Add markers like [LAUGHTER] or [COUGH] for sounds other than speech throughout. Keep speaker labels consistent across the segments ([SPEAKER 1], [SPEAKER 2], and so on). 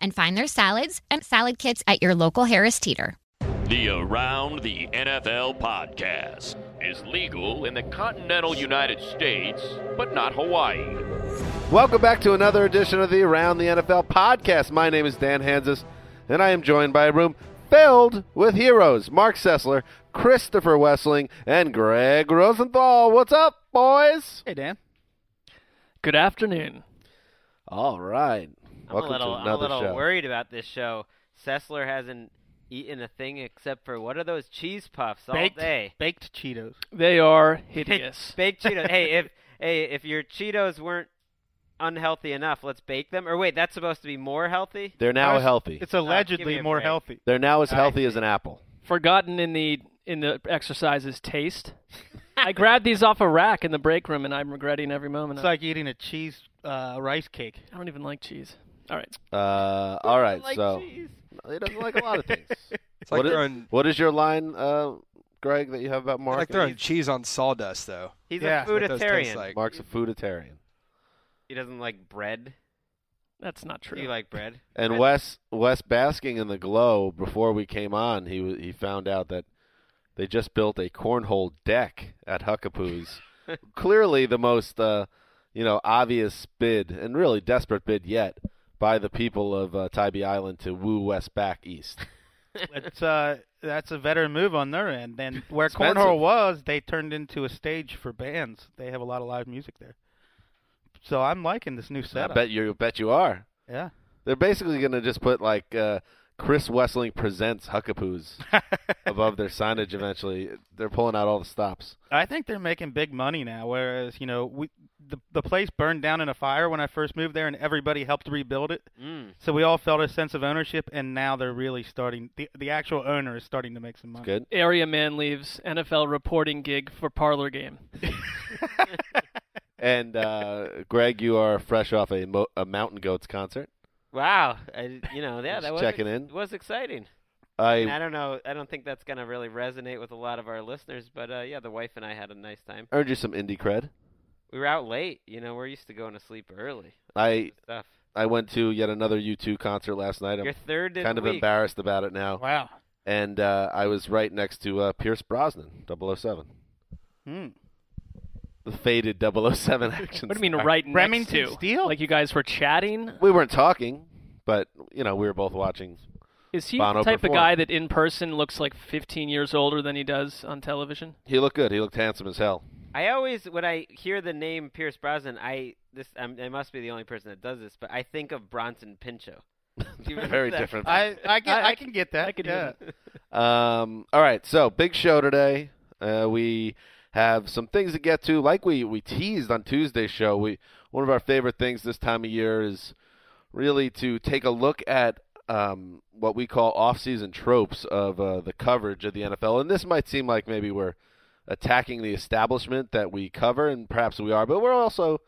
[SPEAKER 1] and find their salads and salad kits at your local Harris Teeter.
[SPEAKER 2] The Around the NFL podcast is legal in the continental United States, but not Hawaii.
[SPEAKER 3] Welcome back to another edition of the Around the NFL podcast. My name is Dan Hansis, and I am joined by a room filled with heroes Mark Sessler, Christopher Wessling, and Greg Rosenthal. What's up, boys?
[SPEAKER 4] Hey, Dan.
[SPEAKER 5] Good afternoon.
[SPEAKER 3] All right.
[SPEAKER 6] I'm a little, I'm a little worried about this show. Sessler hasn't eaten a thing except for what are those cheese puffs all
[SPEAKER 4] baked, [LAUGHS]
[SPEAKER 6] day?
[SPEAKER 4] Baked Cheetos. [LAUGHS]
[SPEAKER 5] They are hideous.
[SPEAKER 6] Baked Cheetos. hey, if hey, if your Cheetos weren't unhealthy enough, let's bake them. Or wait, that's supposed to be more healthy.
[SPEAKER 3] They're now
[SPEAKER 4] Ours-
[SPEAKER 3] healthy.
[SPEAKER 4] It's
[SPEAKER 6] give me
[SPEAKER 4] allegedly
[SPEAKER 6] a
[SPEAKER 4] more
[SPEAKER 6] break.
[SPEAKER 4] healthy.
[SPEAKER 3] They're now as
[SPEAKER 6] I
[SPEAKER 3] healthy
[SPEAKER 6] see.
[SPEAKER 3] as an apple.
[SPEAKER 5] Forgotten in the in the exercises taste.
[SPEAKER 4] [LAUGHS]
[SPEAKER 5] I grabbed these off a rack in the break room, and I'm regretting every moment.
[SPEAKER 4] It's like eating a cheese uh, rice cake.
[SPEAKER 5] I don't even like cheese. All right.
[SPEAKER 3] Uh, all right, so he doesn't like a lot
[SPEAKER 6] [LAUGHS]
[SPEAKER 3] of things.
[SPEAKER 7] It's like
[SPEAKER 3] What i-
[SPEAKER 7] throwing,
[SPEAKER 3] what is your line, uh, Greg, that you have about Mark?
[SPEAKER 7] like throwing cheese on sawdust, though.
[SPEAKER 6] He's
[SPEAKER 4] Yeah.
[SPEAKER 6] a
[SPEAKER 7] That's what those
[SPEAKER 6] fooditarian.
[SPEAKER 7] taste like.
[SPEAKER 3] Mark's a fooditarian,
[SPEAKER 6] he doesn't like bread.
[SPEAKER 5] That's not
[SPEAKER 6] Do
[SPEAKER 5] true.
[SPEAKER 6] you like bread?
[SPEAKER 3] and Wes Wes basking in the glow before we came on, he w- he found out that they just built a cornhole deck at Huckapoo's. Clearly, the most uh, you know obvious bid and really desperate bid yet by the people of uh, Tybee Island to woo Wes back east.
[SPEAKER 4] [LAUGHS] It's uh, that's a veteran move on their end.
[SPEAKER 3] [LAUGHS]
[SPEAKER 4] And where
[SPEAKER 3] Expensive.
[SPEAKER 4] cornhole was, they turned into a stage for bands. They have a lot of live music there. So I'm liking this new
[SPEAKER 3] I
[SPEAKER 4] setup.
[SPEAKER 3] bet you bet you are.
[SPEAKER 4] Yeah.
[SPEAKER 3] They're basically going to just put like uh, Chris Wessling presents Huckapoos above their signage eventually. They're pulling out all the stops.
[SPEAKER 4] I think they're making big money now. Whereas you know, we the the place burned down in a fire when I first moved there, and everybody helped rebuild it.
[SPEAKER 6] Mm.
[SPEAKER 4] So we all felt a sense of ownership, and now they're really starting. The the actual owner is starting to make some money.
[SPEAKER 3] Good.
[SPEAKER 5] Area man leaves NFL reporting gig for parlor game.
[SPEAKER 3] And uh, Greg, you are fresh off a, mo- a Mountain Goats concert.
[SPEAKER 6] Wow. I, you know, yeah,
[SPEAKER 3] Just
[SPEAKER 6] that was
[SPEAKER 3] checking in.
[SPEAKER 6] it was exciting. And I
[SPEAKER 3] I
[SPEAKER 6] don't know. I don't think that's gonna really resonate with a lot of our listeners, but uh, yeah, the wife and I had a nice time.
[SPEAKER 3] earned you some indie cred.
[SPEAKER 6] We were out late. You know, we're used to going to sleep early.
[SPEAKER 3] I
[SPEAKER 6] Stuff.
[SPEAKER 3] I went to yet another U2 concert last night.
[SPEAKER 6] Your
[SPEAKER 3] I'm
[SPEAKER 6] third in
[SPEAKER 3] kind of
[SPEAKER 6] week.
[SPEAKER 3] embarrassed about it now.
[SPEAKER 4] Wow.
[SPEAKER 3] And uh, I was right next to uh, Pierce Brosnan, 007.
[SPEAKER 4] Hmm.
[SPEAKER 3] The faded 007 [LAUGHS] action.
[SPEAKER 5] What do you mean
[SPEAKER 3] star.
[SPEAKER 5] right next
[SPEAKER 4] Remington
[SPEAKER 5] to?
[SPEAKER 4] Steele?
[SPEAKER 5] Like you guys were chatting?
[SPEAKER 3] We weren't talking, but you know we were both watching
[SPEAKER 5] Is he
[SPEAKER 3] Bono
[SPEAKER 5] the type
[SPEAKER 3] performed.
[SPEAKER 5] of guy that in person looks like 15 years older than he does on television?
[SPEAKER 3] He looked good. He looked handsome as hell.
[SPEAKER 6] I always when I hear the name Pierce Brosnan, I this I'm, I must be the only person that does this, but I think of Bronson Pinchot. Do you remember
[SPEAKER 3] Very
[SPEAKER 6] that?
[SPEAKER 3] different.
[SPEAKER 4] I I can I,
[SPEAKER 5] I-
[SPEAKER 4] can get that.
[SPEAKER 5] I could
[SPEAKER 4] yeah.
[SPEAKER 3] Um, all right, so big show today. Uh, we have some things to get to. Like we we teased on Tuesday's show, we one of our favorite things this time of year is really to take a look at um, what we call off-season tropes of uh, the coverage of the NFL. And this might seem like maybe we're attacking the establishment that we cover, and perhaps we are, but we're also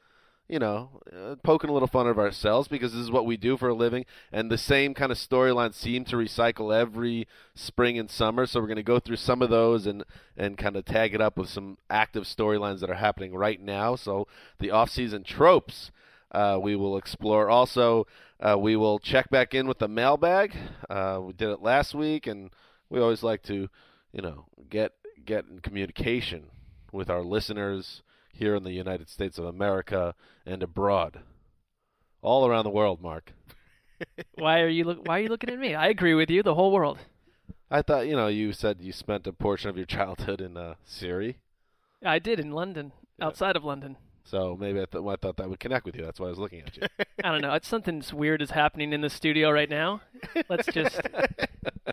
[SPEAKER 3] you know, uh, poking a little fun of ourselves because this is what we do for a living. And the same kind of storylines seem to recycle every spring and summer. So we're going to go through some of those and, and kind of tag it up with some active storylines that are happening right now. So the off-season tropes uh, we will explore. Also, uh, we will check back in with the mailbag. Uh, we did it last week, and we always like to, you know, get get in communication with our listeners here in the United States of America and abroad, all around the world. Mark,
[SPEAKER 5] Why are you look? Why are you looking at me? I agree with you. The whole world.
[SPEAKER 3] I thought you know you said you spent a portion of your [LAUGHS] childhood in uh, Siri,
[SPEAKER 5] I did in London, outside of London.
[SPEAKER 3] so maybe I, th- I thought that would connect with you. That's why I was looking at you.
[SPEAKER 5] [LAUGHS] I don't know. It's something's weird is happening in the studio right now. Let's just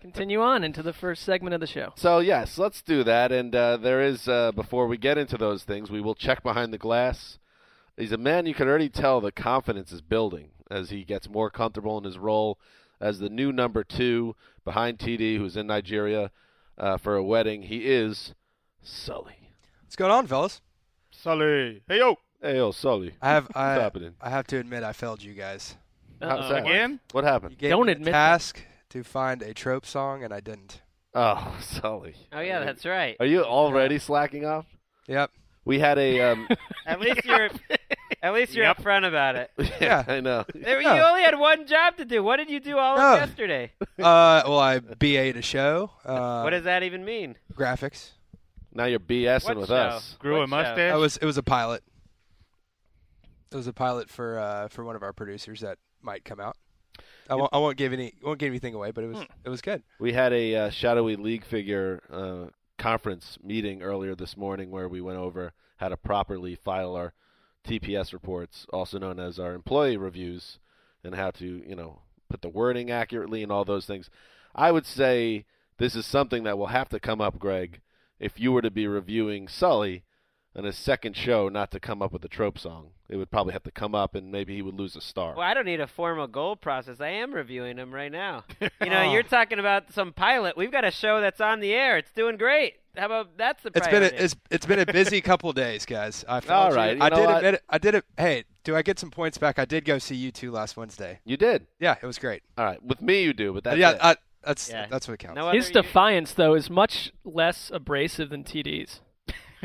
[SPEAKER 5] continue on into the first segment of the show.
[SPEAKER 3] So yes, let's do that. And uh, there is uh, before we get into those things, we will check behind the glass. He's a man you can already tell the confidence is building as he gets more comfortable in his role as the new number two behind TD, who's in Nigeria uh, for a wedding. He is Sully.
[SPEAKER 7] What's going on, fellas?
[SPEAKER 4] Sully. Hey yo.
[SPEAKER 3] Hey, yo, Sully.
[SPEAKER 7] I have
[SPEAKER 3] [LAUGHS] What's
[SPEAKER 7] I,
[SPEAKER 3] happening?
[SPEAKER 7] I have to admit I failed you guys.
[SPEAKER 3] How's
[SPEAKER 5] Uh-oh.
[SPEAKER 3] that?
[SPEAKER 4] Again?
[SPEAKER 3] What
[SPEAKER 7] You
[SPEAKER 3] happened?
[SPEAKER 7] gave
[SPEAKER 5] Don't
[SPEAKER 7] me
[SPEAKER 5] admit
[SPEAKER 7] a
[SPEAKER 5] that.
[SPEAKER 7] task to find a trope song and I didn't.
[SPEAKER 3] Oh, [LAUGHS] Sully.
[SPEAKER 6] Oh yeah, that's right.
[SPEAKER 3] Are you already slacking off? [LAUGHS]
[SPEAKER 7] Yep.
[SPEAKER 3] We had a um,
[SPEAKER 6] At least you're at least you're
[SPEAKER 4] Yep.
[SPEAKER 6] upfront about it.
[SPEAKER 3] yeah, I know.
[SPEAKER 6] There- You
[SPEAKER 7] Yeah.
[SPEAKER 6] only had one job to do. What did you do all
[SPEAKER 7] No.
[SPEAKER 6] of yesterday?
[SPEAKER 7] Uh, well, I BA'd a show. Uh,
[SPEAKER 6] what does that even mean?
[SPEAKER 7] graphics?
[SPEAKER 3] Now you're BSing
[SPEAKER 6] What
[SPEAKER 3] with
[SPEAKER 6] show?
[SPEAKER 3] us.
[SPEAKER 4] Grew
[SPEAKER 6] What
[SPEAKER 4] a
[SPEAKER 6] show?
[SPEAKER 4] mustache.
[SPEAKER 3] Oh,
[SPEAKER 7] It was it was a pilot. It was a pilot for uh, for one of our producers that might come out. I won't, I won't give any won't give anything away, but it was
[SPEAKER 5] Hmm.
[SPEAKER 7] it was good.
[SPEAKER 3] We had a uh, shadowy league figure uh, conference meeting earlier this morning where we went over how to properly file our TPS reports, also known as our employee reviews, and how to you know put the wording accurately and all those things. I would say this is something that will have to come up, Greg, if you were to be reviewing Sully on his second show, not to come up with a trope song. It would probably have to come up, and maybe he would lose a star.
[SPEAKER 6] Well, I don't need a formal goal process. I am reviewing them right now. You know, you're talking about some pilot. We've got a show that's on the air. It's doing great. How about that's the
[SPEAKER 7] It's been
[SPEAKER 6] priority.
[SPEAKER 7] a, it's it's been a
[SPEAKER 3] [LAUGHS]
[SPEAKER 7] busy couple days, guys. I failed
[SPEAKER 3] All
[SPEAKER 7] you.
[SPEAKER 3] right, you
[SPEAKER 7] I
[SPEAKER 3] know
[SPEAKER 7] did
[SPEAKER 3] what?
[SPEAKER 7] admit it. I did it. Hey, do I get some points back? I did go see you two last Wednesday.
[SPEAKER 3] You did.
[SPEAKER 7] Yeah, it was great.
[SPEAKER 3] All right. With me, you do, but that's
[SPEAKER 7] yeah,
[SPEAKER 3] it.
[SPEAKER 7] I, that's
[SPEAKER 6] Yeah.
[SPEAKER 7] that's what counts.
[SPEAKER 6] no other
[SPEAKER 5] His defiance, though, is much less abrasive than TD's.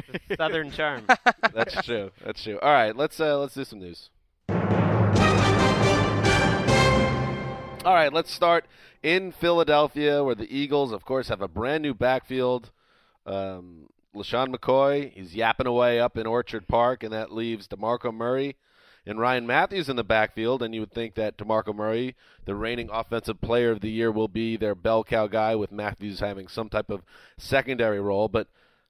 [SPEAKER 6] u- [LAUGHS] Southern charm.
[SPEAKER 3] That's true. That's true. All right, let's uh, let's do some news. All right, let's start in Philadelphia, where the Eagles, of course, have a brand new backfield. Um, LaShawn McCoy, he's yapping away up in Orchard Park, and that leaves DeMarco Murray and Ryan Matthews in the backfield. And you would think that DeMarco Murray, the reigning offensive player of the year, will be their bell cow guy, with Matthews having some type of secondary role. But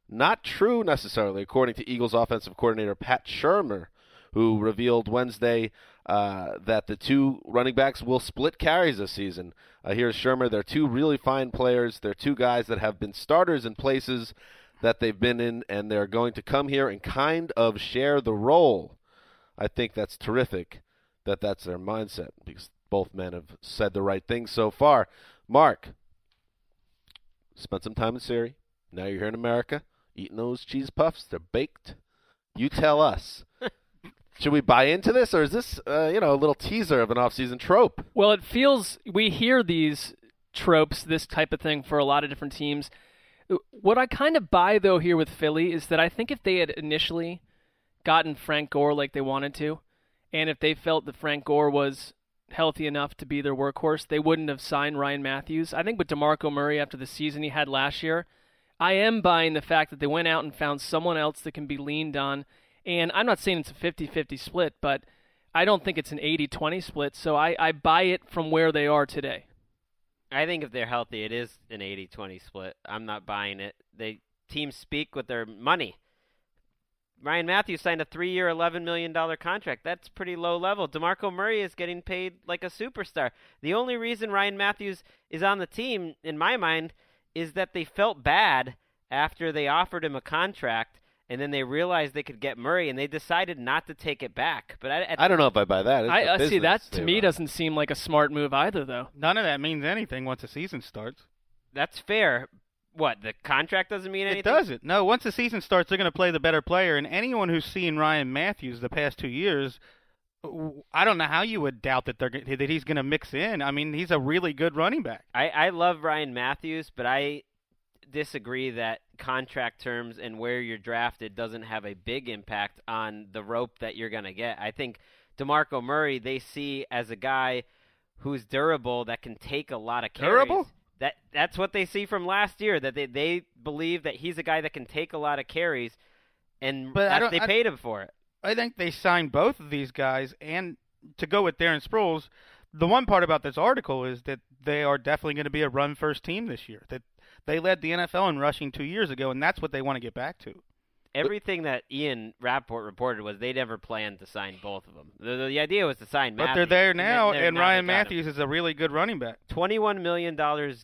[SPEAKER 3] not true necessarily, according to Eagles offensive coordinator Pat Shermer, who revealed Wednesday uh, that the two running backs will split carries this season. Uh, here's Shermer. They're two really fine players. They're two guys that have been starters in places that they've been in, and they're going to come here and kind of share the role. I think that's terrific that that's their mindset because both men have said the right things so far. Mark, spent some time in Syria. Now you're here in America, eating those cheese puffs. They're baked. You
[SPEAKER 5] [LAUGHS]
[SPEAKER 3] tell us. Should we buy into this, or is this, uh, you know, a little teaser of an off-season trope?
[SPEAKER 5] Well, it feels we hear these tropes, this type of thing for a lot of different teams. What I kind of buy though here with Philly is that I think if they had initially gotten Frank Gore like they wanted to, and if they felt that Frank Gore was healthy enough to be their workhorse, they wouldn't have signed Ryan Matthews. I think with DeMarco Murray after the season he had last year, I am buying the fact that they went out and found someone else that can be leaned on. And I'm not saying it's a 50 50 split, but I don't think it's an 80 20 split. So I, I buy it from where they are today.
[SPEAKER 6] I think if they're healthy, it is an 80-20 split. I'm not buying it. They teams speak with their money. Ryan Matthews signed a three-year, eleven million dollar contract. That's pretty low level. Demarco Murray is getting paid like a superstar. The only reason Ryan Matthews is on the team, in my mind, is that they felt bad after they offered him a contract, and then they realized they could get Murray, and they decided not to take it back. But I, at
[SPEAKER 3] I don't know if I buy that. It's
[SPEAKER 5] I,
[SPEAKER 3] the
[SPEAKER 5] I see
[SPEAKER 3] business
[SPEAKER 5] that
[SPEAKER 3] they
[SPEAKER 5] to me
[SPEAKER 3] run.
[SPEAKER 5] doesn't seem like a smart move either, though.
[SPEAKER 4] None of that means anything once the season starts.
[SPEAKER 6] that's fair. What the contract doesn't mean anything.
[SPEAKER 4] It doesn't. No, once the season starts, they're going to play the better player, and anyone who's seen Ryan Matthews the past two years I don't know how you would doubt that they're g- that he's going to mix in. I mean, he's a really good running back.
[SPEAKER 6] I, I love Ryan Matthews, but I disagree that contract terms and where you're drafted doesn't have a big impact on the rope that you're going to get. I think DeMarco Murray they see as a guy who's durable that can take a lot of carries.
[SPEAKER 3] Durable?
[SPEAKER 6] That that's what they see from last year that they, they believe that he's a guy that can take a lot of carries and
[SPEAKER 4] But I
[SPEAKER 6] that's-
[SPEAKER 4] don't-
[SPEAKER 6] they
[SPEAKER 4] I-
[SPEAKER 6] paid him for it.
[SPEAKER 4] I think they signed both of these guys, and to go with Darren Sproles, the one part about this article is that they are definitely going to be a run first team this year. That they led the NFL in rushing two years ago, and that's what they want to get back to.
[SPEAKER 6] Everything that Ian Rapport reported was they never planned to sign both of them. The, the idea was to sign
[SPEAKER 4] But
[SPEAKER 6] Matthews,
[SPEAKER 4] they're there
[SPEAKER 6] and then-
[SPEAKER 4] now,
[SPEAKER 6] they're-
[SPEAKER 4] and
[SPEAKER 6] now
[SPEAKER 4] Ryan
[SPEAKER 6] they got him.
[SPEAKER 4] Matthews is a really good running back.
[SPEAKER 6] $21 million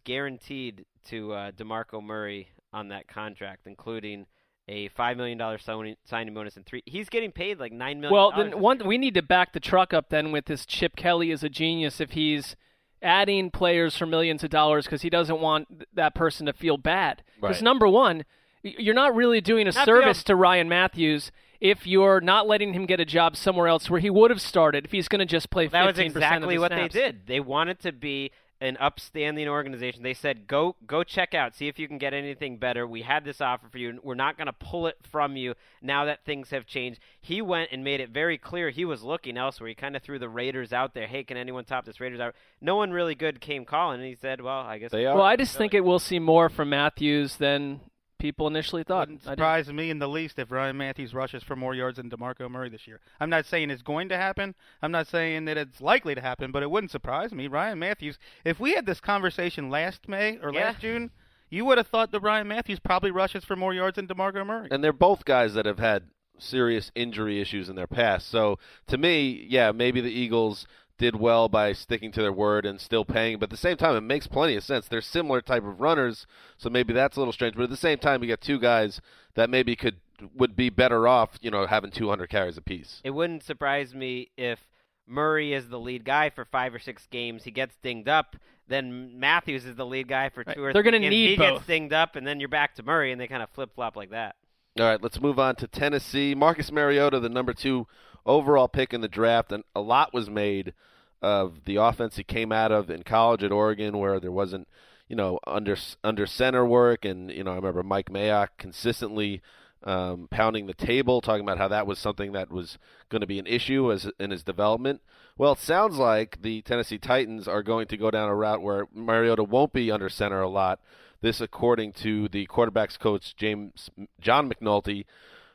[SPEAKER 6] guaranteed to uh, DeMarco Murray on that contract, including a $5 million signing- signing bonus and three. He's getting paid like $9 million.
[SPEAKER 5] Well, then
[SPEAKER 6] this
[SPEAKER 5] one
[SPEAKER 6] year.
[SPEAKER 5] we need to back the truck up then with this Chip Kelly is a genius if he's adding players for millions of dollars because he doesn't want th- that person to feel bad. Because
[SPEAKER 3] Right.
[SPEAKER 5] number one, y- you're not really doing a
[SPEAKER 6] Not
[SPEAKER 5] service
[SPEAKER 6] feel-
[SPEAKER 5] to Ryan Matthews if you're not letting him get a job somewhere else where he would have started if he's going to just play.
[SPEAKER 6] that
[SPEAKER 5] 15%
[SPEAKER 6] was exactly
[SPEAKER 5] of the
[SPEAKER 6] what
[SPEAKER 5] snaps.
[SPEAKER 6] they did. They wanted to be an upstanding organization. They said, "Go, go check out, see if you can get anything better. We had this offer for you. We're not going to pull it from you now that things have changed." He went and made it very clear he was looking elsewhere. He kind of threw the Raiders out there. Hey, can anyone top this Raiders out? No one really good came calling, and he said, "Well, I guess
[SPEAKER 3] They are.
[SPEAKER 5] Well, I just think it will see more from Matthews than people initially thought.
[SPEAKER 4] Wouldn't
[SPEAKER 5] I didn't-
[SPEAKER 4] surprise me in the least if Ryan Matthews rushes for more yards than DeMarco Murray this year. I'm not saying it's going to happen. I'm not saying that it's likely to happen, but it wouldn't surprise me. Ryan Matthews, if we had this conversation last May or
[SPEAKER 6] Yeah.
[SPEAKER 4] last June, you would have thought that Ryan Matthews probably rushes for more yards than DeMarco Murray.
[SPEAKER 3] and they're both guys that have had serious injury issues in their past. So to me, yeah, maybe the Eagles did well by sticking to their word and still paying, but at the same time it makes plenty of sense. They're similar type of runners, so maybe that's a little strange, but at the same time you got two guys that maybe could would be better off, you know, having 200 carries apiece.
[SPEAKER 6] It wouldn't surprise me if Murray is the lead guy for five or six games. He gets dinged up. Then Matthews is the lead guy for
[SPEAKER 5] Right.
[SPEAKER 6] two or
[SPEAKER 5] They're
[SPEAKER 6] three
[SPEAKER 5] gonna
[SPEAKER 6] games.
[SPEAKER 5] need
[SPEAKER 6] He
[SPEAKER 5] both.
[SPEAKER 6] gets dinged up, and then you're back to Murray, and they kind of flip flop like that.
[SPEAKER 3] All right, let's move on to Tennessee. Marcus Mariota, the number two overall pick in the draft, and a lot was made of the offense he came out of in college at Oregon, where there wasn't, you know, under under center work, and you know, I remember Mike Mayock consistently um, pounding the table, talking about how that was something that was going to be an issue as in his development. Well, it sounds like the Tennessee Titans are going to go down a route where Mariota won't be under center a lot. This, according to the quarterbacks coach James John McNulty,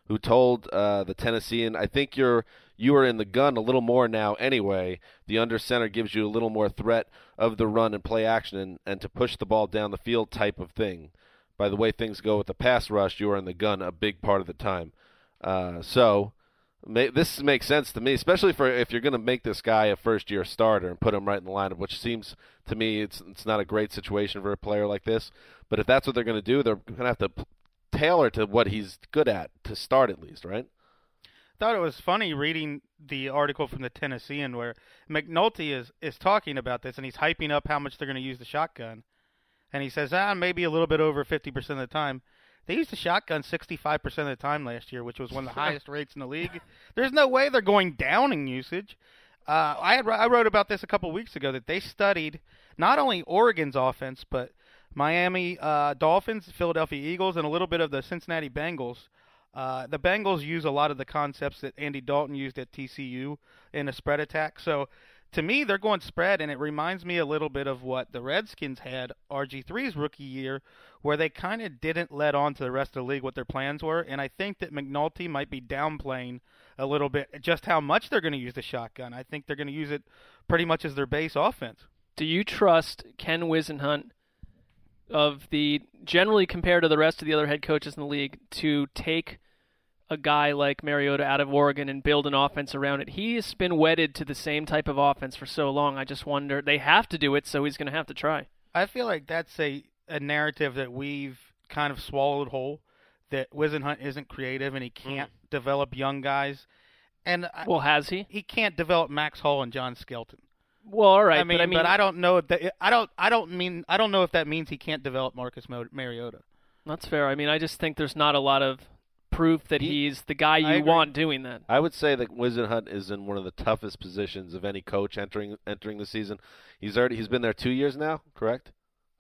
[SPEAKER 3] who told uh, the Tennessean, "I think you're you are in the gun a little more now. Anyway, the under center gives you a little more threat of the run and play action and, and to push the ball down the field type of thing. By the way things go with the pass rush, you are in the gun a big part of the time. Uh, so." Ma this makes sense to me, especially for if you're going to make this guy a first-year starter and put him right in the lineup, which seems to me it's it's not a great situation for a player like this. But if that's what they're going to do, they're going to have to p- tailor to what he's good at to start at least, right?
[SPEAKER 4] thought it was funny reading the article from the Tennessean where McNulty is, is talking about this and he's hyping up how much they're going to use the shotgun. And he says, ah, maybe a little bit over 50% of the time. They used the shotgun 65% of the time last year, which was one of the highest rates in the league. There's no way they're going down in usage. Uh, I, had, I wrote about this a couple weeks ago that they studied not only Oregon's offense, but Miami uh, Dolphins, Philadelphia Eagles, and a little bit of the Cincinnati Bengals. Uh, the Bengals use a lot of the concepts that Andy Dalton used at TCU in a spread attack. So to me, they're going spread, and it reminds me a little bit of what the Redskins had RG3's rookie year, where they kind of didn't let on to the rest of the league what their plans were. And I think that McNulty might be downplaying a little bit just how much they're going to use the shotgun. I think they're going to use it pretty much as their base offense.
[SPEAKER 5] Do you trust Ken Wisenhunt of the generally compared to the rest of the other head coaches in the league to take a guy like Mariota out of Oregon and build an offense around it? He's been wedded to the same type of offense for so long. I just wonder they have to do it, so he's going to have to try.
[SPEAKER 4] I feel like that's a, a narrative that we've kind of swallowed whole. That Wizenhunt isn't creative and he can't develop young guys, and I,
[SPEAKER 5] Well, has he?
[SPEAKER 4] he can't develop Max Hall and John Skelton.
[SPEAKER 5] Well, all right,
[SPEAKER 4] I mean,
[SPEAKER 5] but I mean,
[SPEAKER 4] I don't know if that. I don't. I don't mean. I don't know if that means he can't develop Marcus Mo- Mariota.
[SPEAKER 5] that's fair. I mean, I just think there's not a lot of proof that
[SPEAKER 3] He-
[SPEAKER 5] he's the guy
[SPEAKER 4] I
[SPEAKER 5] you
[SPEAKER 4] agree.
[SPEAKER 5] want doing that.
[SPEAKER 3] I would say that Wizen Hunt is in one of the toughest positions of any coach entering entering the season. He's already he's been there two years now, correct?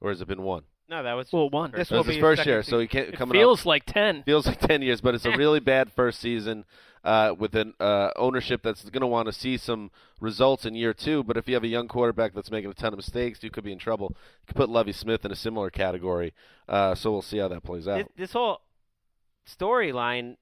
[SPEAKER 3] Or has it been one?
[SPEAKER 6] No, that was
[SPEAKER 5] Well, one.
[SPEAKER 4] This
[SPEAKER 3] That
[SPEAKER 4] will
[SPEAKER 3] was
[SPEAKER 4] be
[SPEAKER 3] his first
[SPEAKER 4] second
[SPEAKER 3] year, so
[SPEAKER 4] season.
[SPEAKER 3] he can't
[SPEAKER 5] It
[SPEAKER 3] coming up.
[SPEAKER 5] feels like ten.
[SPEAKER 3] feels like 10 years, but it's a really bad first season uh, with an uh, ownership that's going to want to see some results in year two. But if you have a young quarterback that's making a ton of mistakes, you could be in trouble. You could put Levy Smith in a similar category. Uh, so we'll see how that plays out.
[SPEAKER 6] This, this whole storyline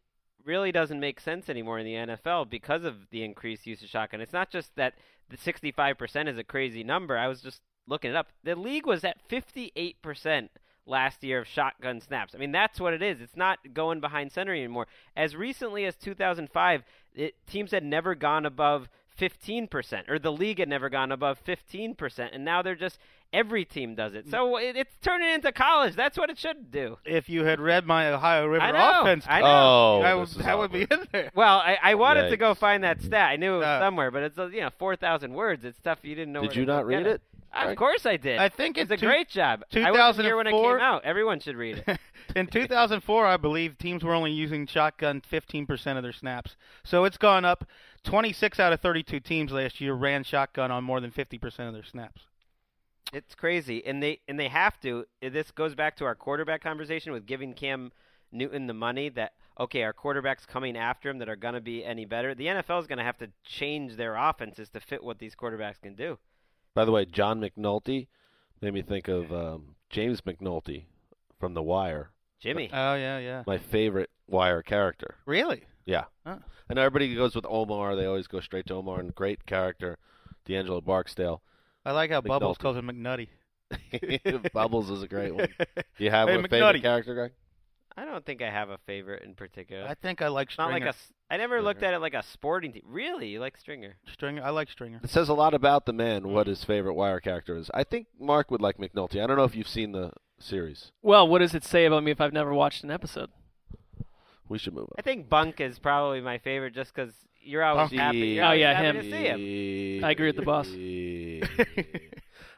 [SPEAKER 6] really doesn't make sense anymore in the NFL because of the increased use of shotgun. It's not just that the 65% is a crazy number. I was just looking it up. The league was at 58% last year of shotgun snaps. I mean, that's what it is. It's not going behind center anymore. As recently as 2005, it, teams had never gone above 15%, or the league had never gone above 15%, and now they're just every team does it. So it, it's turning into college. That's what it should do.
[SPEAKER 4] If you had read my Ohio River
[SPEAKER 6] I know,
[SPEAKER 4] offense,
[SPEAKER 6] I know.
[SPEAKER 3] oh,
[SPEAKER 4] that, would,
[SPEAKER 3] this is
[SPEAKER 4] that would be
[SPEAKER 3] awkward.
[SPEAKER 4] in there.
[SPEAKER 6] Well, I, I wanted to go
[SPEAKER 3] Yikes.
[SPEAKER 6] find that stat. I knew it was
[SPEAKER 4] Uh,
[SPEAKER 6] somewhere, but it's uh, you know four thousand words. It's stuff you didn't know.
[SPEAKER 3] Did
[SPEAKER 6] where
[SPEAKER 3] you
[SPEAKER 6] to go
[SPEAKER 3] not
[SPEAKER 6] get
[SPEAKER 3] read it?
[SPEAKER 6] Of course I did.
[SPEAKER 4] I think
[SPEAKER 6] it's
[SPEAKER 4] in
[SPEAKER 6] a
[SPEAKER 4] two-
[SPEAKER 6] great job. I wasn't here when it came
[SPEAKER 4] 2004
[SPEAKER 6] out. Everyone should read
[SPEAKER 4] [LAUGHS]
[SPEAKER 6] it.
[SPEAKER 4] in 2004, I believe teams were only using shotgun 15% of their snaps. So it's gone up. 26 out of 32 teams last year ran shotgun on more than 50% of their snaps.
[SPEAKER 6] It's crazy, and they and they have to. This goes back to our quarterback conversation with giving Cam Newton the money that okay, our quarterbacks coming after him that are going to be any better. The NFL is going to have to change their offenses to fit what these quarterbacks can do.
[SPEAKER 3] By the way, John McNulty made me think of um, James McNulty from The Wire,
[SPEAKER 6] Jimmy,
[SPEAKER 4] Oh, yeah, yeah.
[SPEAKER 3] my favorite Wire character.
[SPEAKER 4] Really?
[SPEAKER 3] Yeah.
[SPEAKER 4] Huh.
[SPEAKER 3] And everybody goes with Omar. They always go straight to Omar, and great character, D'Angelo Barksdale.
[SPEAKER 4] I like how Bubbles
[SPEAKER 3] McNulty.
[SPEAKER 4] calls him McNutty.
[SPEAKER 3] [LAUGHS] Bubbles is a great one. Do you have
[SPEAKER 4] Hey,
[SPEAKER 3] a
[SPEAKER 4] McNutty.
[SPEAKER 3] favorite character, Greg?
[SPEAKER 6] I don't think I have a favorite in particular.
[SPEAKER 4] [LAUGHS] I think I like
[SPEAKER 6] It's not
[SPEAKER 4] Stringer.
[SPEAKER 6] like a. s- I never looked
[SPEAKER 3] Stringer.
[SPEAKER 6] at it like a sporting team. Really, you like Stringer?
[SPEAKER 4] Stringer. I like Stringer.
[SPEAKER 3] It says a lot about the man what his favorite wire character is. I think Mark would like McNulty. I don't know if you've seen the series.
[SPEAKER 5] Well, what does it say about me if I've never watched an episode?
[SPEAKER 3] We should move
[SPEAKER 6] I think Bunk is probably my favorite just because you're always
[SPEAKER 3] Bunk.
[SPEAKER 6] happy. You're
[SPEAKER 5] Oh,
[SPEAKER 6] always
[SPEAKER 5] yeah,
[SPEAKER 6] happy
[SPEAKER 5] him.
[SPEAKER 6] To see him.
[SPEAKER 3] on.
[SPEAKER 5] I agree with the boss.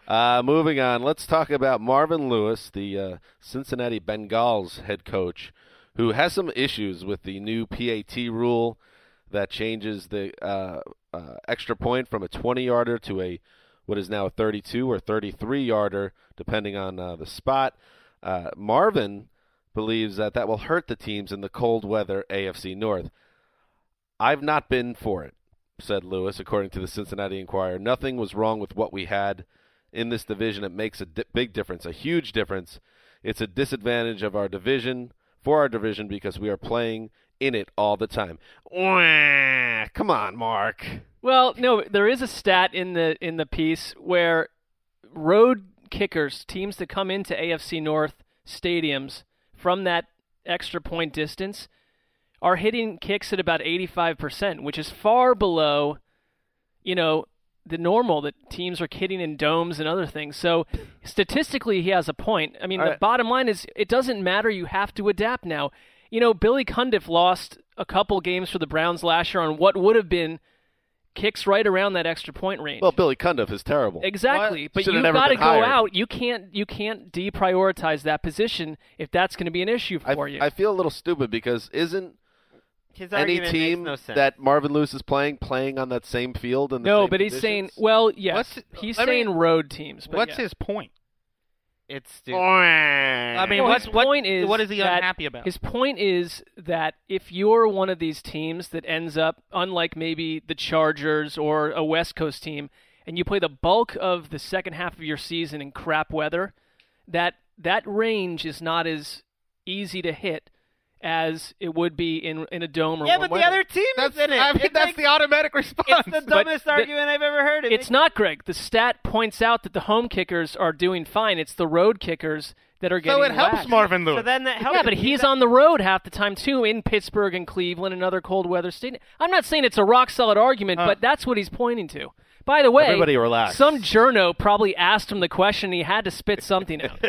[SPEAKER 3] uh, moving on, let's talk about Marvin Lewis, the uh, Cincinnati Bengals head coach, who has some issues with the new PAT rule that changes the uh, uh, extra point from a 20 yarder to a what is now a 32 or 33 yarder, depending on uh, the spot. Uh, Marvin believes that that will hurt the teams in the cold weather AFC North. I've not been for it, said Lewis, according to the Cincinnati Inquirer. Nothing was wrong with what we had in this division. It makes a di- big difference, a huge difference. It's a disadvantage of our division for our division because we are playing in it all the time. Wah, come on, Mark.
[SPEAKER 5] Well, no, there is a stat in the in the piece where road kickers, teams that come into AFC North stadiums from that extra point distance, are hitting kicks at about 85%, which is far below, you know, the normal that teams are hitting in domes and other things. So statistically, he has a point. I mean,
[SPEAKER 3] All
[SPEAKER 5] the
[SPEAKER 3] right.
[SPEAKER 5] bottom line is it doesn't matter. You have to adapt now. You know, Billy Cundiff lost a couple games for the Browns last year on what would have been kicks right around that extra point range.
[SPEAKER 3] Well, Billy Cundiff is terrible.
[SPEAKER 5] Exactly,
[SPEAKER 3] What?
[SPEAKER 5] but
[SPEAKER 3] Should've
[SPEAKER 5] you've
[SPEAKER 3] never
[SPEAKER 5] got to
[SPEAKER 3] been
[SPEAKER 5] go
[SPEAKER 3] hired.
[SPEAKER 5] out. You can't you can't deprioritize that position if that's going to be an issue
[SPEAKER 3] I,
[SPEAKER 5] for you.
[SPEAKER 3] I feel a little stupid because isn't
[SPEAKER 6] His
[SPEAKER 3] any
[SPEAKER 6] argument
[SPEAKER 3] team
[SPEAKER 6] makes no sense.
[SPEAKER 3] that Marvin Lewis is playing playing on that same field? And
[SPEAKER 5] no, but he's saying well, yes,
[SPEAKER 4] What's-
[SPEAKER 5] he's
[SPEAKER 4] I mean,
[SPEAKER 5] saying road teams. But
[SPEAKER 4] What's
[SPEAKER 5] yeah.
[SPEAKER 4] his point? Oh,
[SPEAKER 6] it's stupid.
[SPEAKER 3] I
[SPEAKER 4] I mean,
[SPEAKER 5] No,
[SPEAKER 4] what,
[SPEAKER 5] his
[SPEAKER 4] what-
[SPEAKER 5] point is
[SPEAKER 4] what is he
[SPEAKER 5] that-
[SPEAKER 4] unhappy about?
[SPEAKER 5] His point is that if you're one of these teams that ends up, unlike maybe the Chargers or a West Coast team, and you play the bulk of the second half of your season in crap weather, that that range is not as easy to hit as it would be in in a dome or
[SPEAKER 6] yeah,
[SPEAKER 5] warm
[SPEAKER 6] but the
[SPEAKER 5] weather.
[SPEAKER 6] other team
[SPEAKER 4] that's,
[SPEAKER 6] is in it.
[SPEAKER 4] I mean,
[SPEAKER 6] It
[SPEAKER 4] that's
[SPEAKER 6] makes-
[SPEAKER 4] the automatic response.
[SPEAKER 6] it's the
[SPEAKER 5] [LAUGHS] But
[SPEAKER 6] dumbest
[SPEAKER 5] the-
[SPEAKER 6] argument I've ever heard. It
[SPEAKER 5] It's not Greg. The stat points out that the home kickers are doing fine. It's the road kickers that are getting
[SPEAKER 4] so it helps
[SPEAKER 5] whacked.
[SPEAKER 4] Marvin Lewis.
[SPEAKER 6] So then that helps.
[SPEAKER 5] Yeah, but he's on the road half the time too, in Pittsburgh and Cleveland and other cold weather stadiums. I'm not saying it's a rock solid argument,
[SPEAKER 4] Huh.
[SPEAKER 5] but that's what he's pointing to. By the way,
[SPEAKER 3] Everybody relax.
[SPEAKER 5] Some journo probably asked him the question. and He had to spit something out,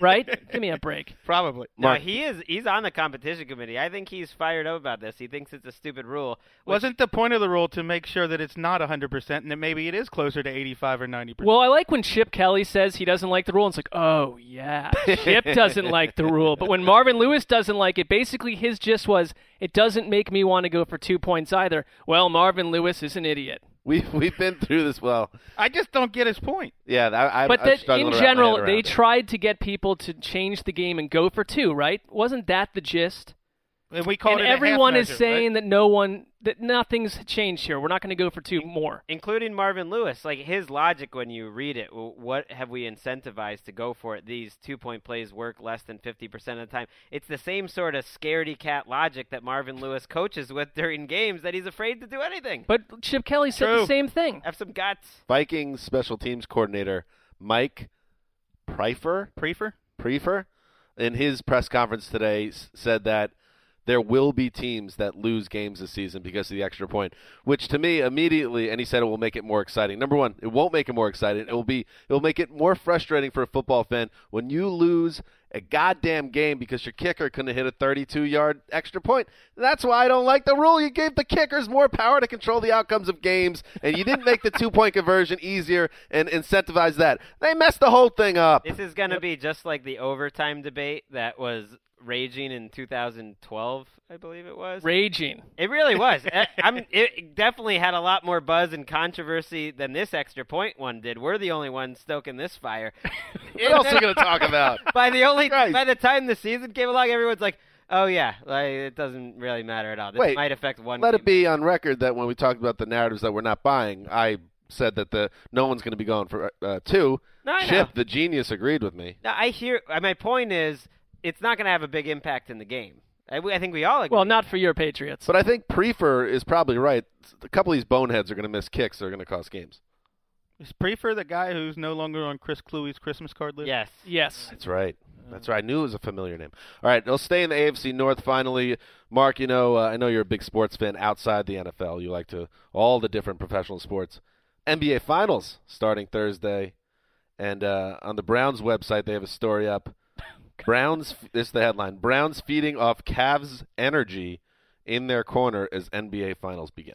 [SPEAKER 5] right? Give me a break.
[SPEAKER 4] Probably.
[SPEAKER 6] No,
[SPEAKER 3] Mark.
[SPEAKER 6] he is. He's on the competition committee. I think he's fired up about this. He thinks it's a stupid rule. which-
[SPEAKER 4] Wasn't the point of the rule to make sure that it's not 100% and that maybe it is closer to 85 or 90%?
[SPEAKER 5] Well, I like when Chip Kelly says he doesn't like the rule. And it's like, oh yeah,
[SPEAKER 6] [LAUGHS]
[SPEAKER 5] Chip doesn't like the rule. But when Marvin Lewis doesn't like it, basically his gist was it doesn't make me want to go for two points either. Well, Marvin Lewis is an idiot.
[SPEAKER 3] we we've been through this. Well,
[SPEAKER 4] I just don't get his point.
[SPEAKER 3] yeah. I, I,
[SPEAKER 5] But
[SPEAKER 3] I'm
[SPEAKER 5] that,
[SPEAKER 3] struggling
[SPEAKER 5] in
[SPEAKER 3] to wrap my
[SPEAKER 5] general,
[SPEAKER 3] head around
[SPEAKER 5] they
[SPEAKER 3] it.
[SPEAKER 5] tried to get people to change the game and go for two, right? Wasn't that the gist?
[SPEAKER 4] And we called
[SPEAKER 5] and
[SPEAKER 4] it a half
[SPEAKER 5] everyone is
[SPEAKER 4] measure,
[SPEAKER 5] saying
[SPEAKER 4] right?
[SPEAKER 5] that no one, that nothing's changed here. We're not going to go for two more.
[SPEAKER 6] including Marvin Lewis. Like his logic when you read it, w- what have we incentivized to go for it? These two point plays work less than 50% of the time. It's the same sort of scaredy cat logic that Marvin Lewis coaches with during games that he's afraid to do anything.
[SPEAKER 5] But Chip Kelly said the
[SPEAKER 4] True.
[SPEAKER 5] same thing.
[SPEAKER 6] have some guts.
[SPEAKER 3] Vikings special teams coordinator Mike Pryfer,
[SPEAKER 4] Prefer?
[SPEAKER 3] Prefer, in his press conference today s- said that there will be teams that lose games this season because of the extra point, which to me immediately, and he said it will make it more exciting. Number one, it won't make it more exciting. It will be, it will make it more frustrating for a football fan when you lose a goddamn game because your kicker couldn't hit a 32-yard extra point. That's why I don't like the rule. You gave the kickers more power to control the outcomes of games, and you didn't make the two-point conversion easier and incentivize that. They messed the whole thing up.
[SPEAKER 6] This is going to be just like the overtime debate that was raging in 2012, I believe it was.
[SPEAKER 5] Raging.
[SPEAKER 6] It really was.
[SPEAKER 3] [LAUGHS]
[SPEAKER 6] I- I'm, it definitely had a lot more buzz and controversy than this extra point one did. We're the only ones stoking this fire.
[SPEAKER 3] [LAUGHS] What else are we going to talk about?
[SPEAKER 6] [LAUGHS] by the only
[SPEAKER 3] Christ.
[SPEAKER 6] by the time the season came along, everyone's like, "Oh yeah, like, it doesn't really matter at all. This
[SPEAKER 3] Wait,
[SPEAKER 6] might affect one."
[SPEAKER 3] Let it
[SPEAKER 6] team."
[SPEAKER 3] be on record that when we talked about the narratives that we're not buying, I said that the no one's going to be going for uh, two.
[SPEAKER 6] No, I
[SPEAKER 3] Chip,
[SPEAKER 6] know.
[SPEAKER 3] the genius, agreed with me.
[SPEAKER 6] No, I hear. uh, My point is, it's not going to have a big impact in the game. I, we- I think we all agree.
[SPEAKER 5] Well, not for your Patriots.
[SPEAKER 3] But I think Prefer is probably right. A couple of these boneheads are going to miss kicks that are going to cost games.
[SPEAKER 4] Is Prefer the guy who's no longer on Chris Cluey's Christmas card list?
[SPEAKER 6] yes.
[SPEAKER 5] yes.
[SPEAKER 3] That's right. That's right. I knew it was a familiar name. All right, they'll stay in the AFC North finally. Mark, you know, uh, I know you're a big sports fan outside the NFL. You like to all the different professional sports. NBA Finals starting Thursday, and uh, on the Browns website they have a
[SPEAKER 4] [LAUGHS]
[SPEAKER 3] story up. Browns, this is the headline: Browns feeding off Cavs energy in their corner as NBA Finals begin.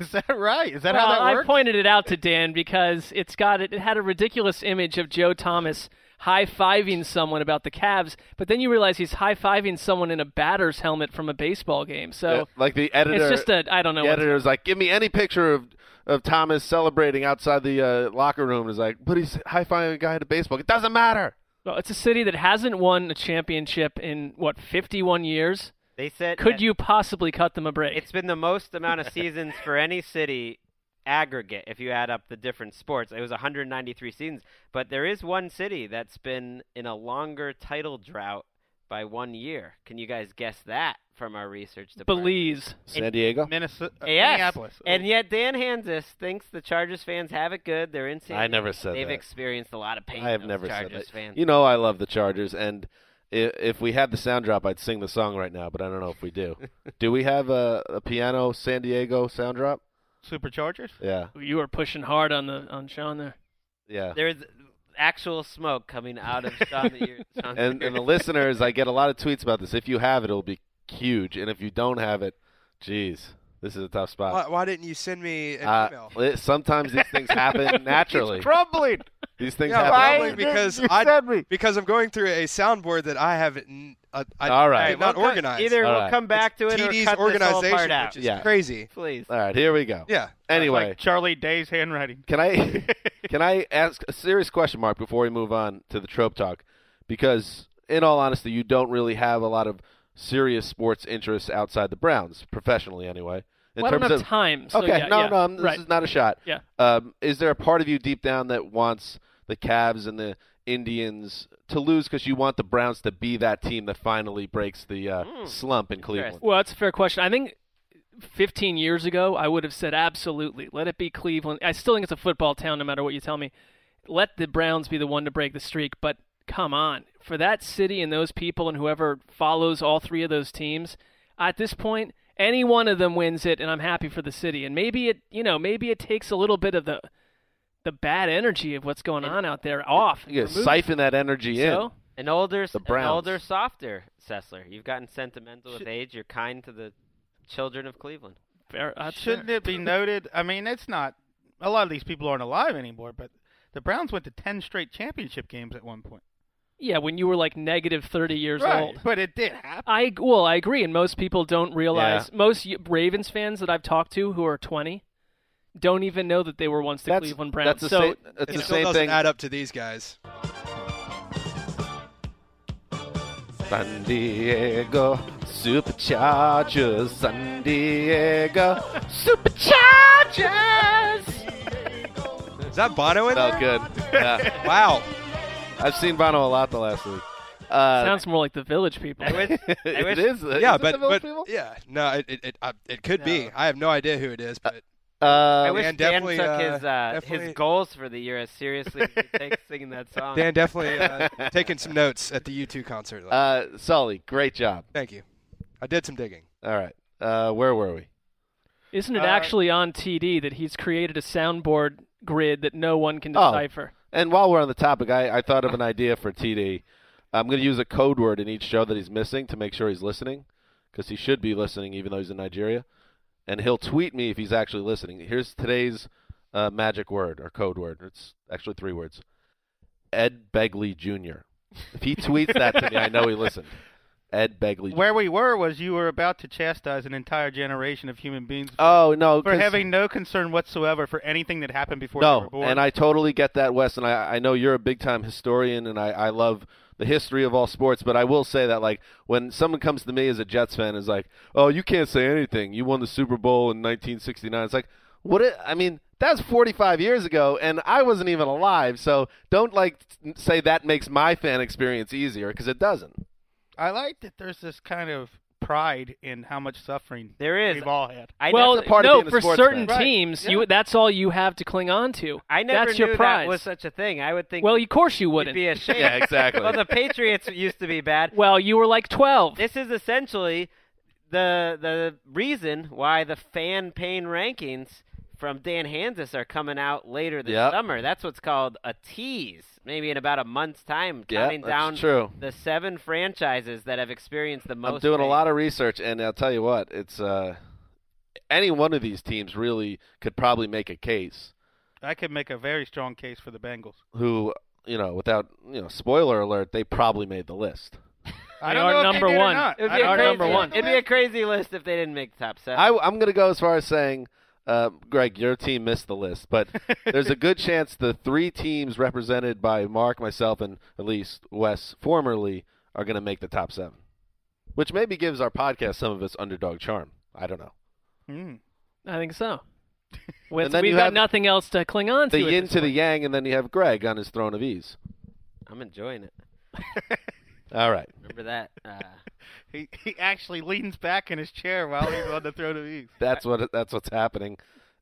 [SPEAKER 4] Is that right? Is that
[SPEAKER 5] well,
[SPEAKER 4] how that
[SPEAKER 5] I
[SPEAKER 4] works?
[SPEAKER 5] pointed it out to Dan because it's got it. It had a ridiculous image of Joe Thomas high fiving someone about the Cavs, but then you realize he's high fiving someone in a batter's helmet from a baseball game.
[SPEAKER 3] Yeah,
[SPEAKER 5] So
[SPEAKER 3] like the editor,
[SPEAKER 5] it's just a I don't know.
[SPEAKER 3] the
[SPEAKER 5] what's-
[SPEAKER 3] editor was like, "Give me any picture of of Thomas celebrating outside the uh, locker room." Is like, but he's high fiving a guy at a baseball. It doesn't matter.
[SPEAKER 5] well, it's a city that hasn't won a championship in what 51 years.
[SPEAKER 6] They said.
[SPEAKER 5] Could
[SPEAKER 6] that
[SPEAKER 5] you possibly cut them a break?
[SPEAKER 6] It's been the most amount of seasons for any city aggregate if you add up the different sports. It was 193 seasons, but there is one city that's been in a longer title drought by one year. Can you guys guess that from our research department?
[SPEAKER 5] Belize.
[SPEAKER 3] San Diego.
[SPEAKER 4] Minnesota, uh,
[SPEAKER 6] Yes.
[SPEAKER 4] Minneapolis.
[SPEAKER 6] And yet Dan Hansis thinks the Chargers fans have it good. They're in San
[SPEAKER 3] I
[SPEAKER 6] Diego.
[SPEAKER 3] never said
[SPEAKER 6] They've
[SPEAKER 3] that.
[SPEAKER 6] experienced a lot of pain.
[SPEAKER 3] I have
[SPEAKER 6] those
[SPEAKER 3] never
[SPEAKER 6] Chargers
[SPEAKER 3] said that.
[SPEAKER 6] Fans.
[SPEAKER 3] You know, I love the Chargers, and if, if we had the sound drop, I'd sing the song right now. But I don't know if
[SPEAKER 6] [LAUGHS]
[SPEAKER 3] we do. do we have a, a piano San Diego sound drop?
[SPEAKER 4] Superchargers?
[SPEAKER 3] Yeah,
[SPEAKER 5] You were pushing hard on the on Sean there.
[SPEAKER 3] yeah.
[SPEAKER 6] [LAUGHS] There's actual smoke coming out of Sean that
[SPEAKER 3] [LAUGHS]
[SPEAKER 6] you're Sean's
[SPEAKER 3] and, and the
[SPEAKER 6] ears.
[SPEAKER 3] listeners, I get a lot of tweets about this. If you have it, it'll be huge, and if you don't have it, geez, this is a tough spot.
[SPEAKER 7] Why, why didn't you send me an
[SPEAKER 3] Uh,
[SPEAKER 7] email?
[SPEAKER 3] it- sometimes these things
[SPEAKER 4] [LAUGHS]
[SPEAKER 3] happen naturally. [LAUGHS]
[SPEAKER 4] Crumbling.
[SPEAKER 3] These things
[SPEAKER 7] Yeah,
[SPEAKER 3] happen.
[SPEAKER 7] probably because I because I'm going through a soundboard that I haven't. n- I, I
[SPEAKER 3] All right.
[SPEAKER 7] did not
[SPEAKER 6] We'll come-
[SPEAKER 7] organized.
[SPEAKER 6] Either
[SPEAKER 3] All
[SPEAKER 6] we'll
[SPEAKER 3] right.
[SPEAKER 6] come back to it or
[SPEAKER 7] TD's
[SPEAKER 6] cut this whole
[SPEAKER 7] organization,
[SPEAKER 6] part out.
[SPEAKER 7] which is
[SPEAKER 3] Yeah.
[SPEAKER 7] crazy.
[SPEAKER 6] Please.
[SPEAKER 3] All right, here we go.
[SPEAKER 7] Yeah.
[SPEAKER 3] Anyway,
[SPEAKER 4] Like Charlie Day's handwriting.
[SPEAKER 3] can I can I ask a serious question, Mark, before we move on to the trope talk? Because in all honesty, you don't really have a lot of serious sports interests outside the Browns, professionally anyway. In
[SPEAKER 5] Well, I don't
[SPEAKER 3] terms
[SPEAKER 5] have
[SPEAKER 3] of
[SPEAKER 5] time. So
[SPEAKER 3] okay,
[SPEAKER 5] yeah,
[SPEAKER 3] no,
[SPEAKER 5] yeah,
[SPEAKER 3] no, I'm- this
[SPEAKER 5] right.
[SPEAKER 3] is not a shot.
[SPEAKER 5] Yeah.
[SPEAKER 3] Um, is there a part of you deep down that wants the Cavs and the Indians to lose because you want the Browns to be that team that finally breaks the uh,
[SPEAKER 5] Hmm.
[SPEAKER 3] slump in Cleveland?
[SPEAKER 5] Well, that's a fair question. I think 15 years ago, I would have said absolutely. Let it be Cleveland. I still think it's a football town, no matter what you tell me. Let the Browns be the one to break the streak. But come on, for that city and those people and whoever follows all three of those teams, at this point, any one of them wins it, and I'm happy for the city. And maybe it, you know, maybe it takes a little bit of the the bad energy of what's going on out there off.
[SPEAKER 3] You gotta
[SPEAKER 5] Remove-
[SPEAKER 3] siphon that energy
[SPEAKER 5] so,
[SPEAKER 6] An older,
[SPEAKER 3] The
[SPEAKER 6] an
[SPEAKER 3] Browns.
[SPEAKER 6] older, softer Sessler. You've gotten sentimental
[SPEAKER 5] Should-
[SPEAKER 6] with age. You're kind to the children of Cleveland.
[SPEAKER 5] fair- that's fair.
[SPEAKER 4] Shouldn't it be noted? I mean, it's not. A lot of these people aren't alive anymore, but the Browns went to 10 straight championship games at one point.
[SPEAKER 5] Yeah, when you were like negative 30 years
[SPEAKER 4] right,
[SPEAKER 5] old.
[SPEAKER 4] But it did happen.
[SPEAKER 5] I well, I agree, and most people don't realize. Most y- Ravens fans that I've talked to who are 20 don't even know that they were once the
[SPEAKER 3] That's-
[SPEAKER 5] Cleveland Browns.
[SPEAKER 3] that's the
[SPEAKER 5] so
[SPEAKER 3] same- that's
[SPEAKER 7] It
[SPEAKER 3] the
[SPEAKER 7] still
[SPEAKER 3] same
[SPEAKER 7] doesn't
[SPEAKER 3] thing.
[SPEAKER 7] add up to these guys.
[SPEAKER 3] San Diego Superchargers. San Diego Superchargers.
[SPEAKER 7] Is that Bono in
[SPEAKER 3] Felt
[SPEAKER 5] [LAUGHS]
[SPEAKER 7] there?
[SPEAKER 3] good. Yeah.
[SPEAKER 7] Wow.
[SPEAKER 3] I've seen Bono a lot the last week. Uh,
[SPEAKER 5] sounds more like the Village people.
[SPEAKER 6] I
[SPEAKER 3] [LAUGHS]
[SPEAKER 6] wish, I
[SPEAKER 3] it
[SPEAKER 6] wish
[SPEAKER 3] is. uh, is
[SPEAKER 7] yeah,
[SPEAKER 3] it the
[SPEAKER 7] but,
[SPEAKER 3] Village
[SPEAKER 7] but
[SPEAKER 3] people?
[SPEAKER 7] yeah, no, it it it, uh, it could be.
[SPEAKER 6] No.
[SPEAKER 7] I have no idea who it is, but
[SPEAKER 6] I
[SPEAKER 3] Uh,
[SPEAKER 6] wish
[SPEAKER 7] Dan
[SPEAKER 6] Dan
[SPEAKER 7] definitely,
[SPEAKER 6] took
[SPEAKER 7] uh,
[SPEAKER 6] his uh,
[SPEAKER 7] definitely-
[SPEAKER 6] his goals for the year as seriously as
[SPEAKER 3] [LAUGHS]
[SPEAKER 6] he takes singing that song.
[SPEAKER 7] Dan definitely uh, taking some notes at the U2 concert.
[SPEAKER 3] uh, Sully, great job.
[SPEAKER 7] Thank you. I did some digging.
[SPEAKER 3] All right. Uh, where were we?
[SPEAKER 5] Isn't it
[SPEAKER 4] Uh,
[SPEAKER 5] actually on TD that he's created a soundboard grid that no one can
[SPEAKER 3] Oh.
[SPEAKER 5] decipher?
[SPEAKER 3] And while we're on the topic, I, I thought of an idea for TD. I'm going to use a code word in each show that he's missing to make sure he's listening, because he should be listening even though he's in Nigeria. And he'll tweet me if he's actually listening. Here's today's uh, magic word or code word. It's actually three words. Ed Begley Jr. If he tweets that to me, I know he listened. Ed Begley. Jr.
[SPEAKER 4] Where we were was you were about to chastise an entire generation of human beings
[SPEAKER 3] Oh no,
[SPEAKER 4] for
[SPEAKER 3] 'cause-
[SPEAKER 4] having no concern whatsoever for anything that happened before they
[SPEAKER 3] no,
[SPEAKER 4] were born.
[SPEAKER 3] and I totally get that, Wes. And I, I know you're a big time historian, and I, I love the history of all sports. But I will say that, like, when someone comes to me as a Jets fan, is like, "Oh, you can't say anything. You won the Super Bowl in 1969." It's like, what? It, I mean, that's 45 years ago, and I wasn't even alive. So don't like t- say that makes my fan experience easier because it doesn't.
[SPEAKER 4] I like that there's this kind of pride in how much suffering
[SPEAKER 6] There is.
[SPEAKER 4] we've all had.
[SPEAKER 6] I
[SPEAKER 5] well,
[SPEAKER 6] never,
[SPEAKER 3] part of
[SPEAKER 5] no,
[SPEAKER 3] being a
[SPEAKER 5] for
[SPEAKER 3] sports
[SPEAKER 5] certain
[SPEAKER 3] fan.
[SPEAKER 4] Right,
[SPEAKER 5] teams,
[SPEAKER 4] yeah.
[SPEAKER 5] you that's all you have to cling on to.
[SPEAKER 6] I never
[SPEAKER 5] that's
[SPEAKER 6] knew
[SPEAKER 5] your prize.
[SPEAKER 6] that was such a thing. I would think
[SPEAKER 5] well, of course you
[SPEAKER 6] would
[SPEAKER 5] wouldn't.
[SPEAKER 6] be ashamed.
[SPEAKER 3] Yeah, exactly.
[SPEAKER 6] well, the Patriots used to be bad.
[SPEAKER 5] well, you were like 12.
[SPEAKER 6] This is essentially the the reason why the fan pain rankings from Dan Hansis are coming out later this
[SPEAKER 3] Yep.
[SPEAKER 6] summer. That's what's called a tease. Maybe in about a month's time,
[SPEAKER 3] Yeah,
[SPEAKER 6] counting
[SPEAKER 3] that's
[SPEAKER 6] down
[SPEAKER 3] true.
[SPEAKER 6] the seven franchises that have experienced the most.
[SPEAKER 3] I'm doing a
[SPEAKER 6] pain.
[SPEAKER 3] lot of research, and I'll tell you what, it's uh, any one of these teams really could probably make a case.
[SPEAKER 4] I could make a very strong case for the Bengals.
[SPEAKER 3] who you know without you know spoiler alert they probably made the list
[SPEAKER 4] I
[SPEAKER 5] They
[SPEAKER 4] don't
[SPEAKER 5] are
[SPEAKER 4] know if
[SPEAKER 5] number
[SPEAKER 4] they did or
[SPEAKER 5] one.
[SPEAKER 4] not.
[SPEAKER 6] It would
[SPEAKER 4] I
[SPEAKER 6] be a
[SPEAKER 4] don't know
[SPEAKER 5] Our
[SPEAKER 4] if
[SPEAKER 6] crazy,
[SPEAKER 5] number
[SPEAKER 4] they
[SPEAKER 5] one.
[SPEAKER 4] did
[SPEAKER 6] It'd
[SPEAKER 4] or
[SPEAKER 6] be a
[SPEAKER 4] not.
[SPEAKER 6] crazy list if they didn't make the top seven.
[SPEAKER 3] I, i'm going to go as far as saying uh, greg your team missed the list but there's a good chance the three teams represented by mark myself and at least wes formerly are going to make the top seven which maybe gives our podcast some of its underdog charm i don't know
[SPEAKER 4] Hmm.
[SPEAKER 5] I think so. [LAUGHS] With,
[SPEAKER 3] then
[SPEAKER 5] we've
[SPEAKER 3] you
[SPEAKER 5] got
[SPEAKER 3] have
[SPEAKER 5] nothing else to cling on
[SPEAKER 3] the
[SPEAKER 5] to. at
[SPEAKER 3] yin
[SPEAKER 5] this
[SPEAKER 3] to the
[SPEAKER 5] point.
[SPEAKER 3] yang and then you have greg on his throne of ease
[SPEAKER 6] I'm enjoying it.
[SPEAKER 3] all right
[SPEAKER 6] Remember that. Uh,
[SPEAKER 4] He, he actually leans back in his chair while he's on the throne of ease.
[SPEAKER 3] that's what that's what's happening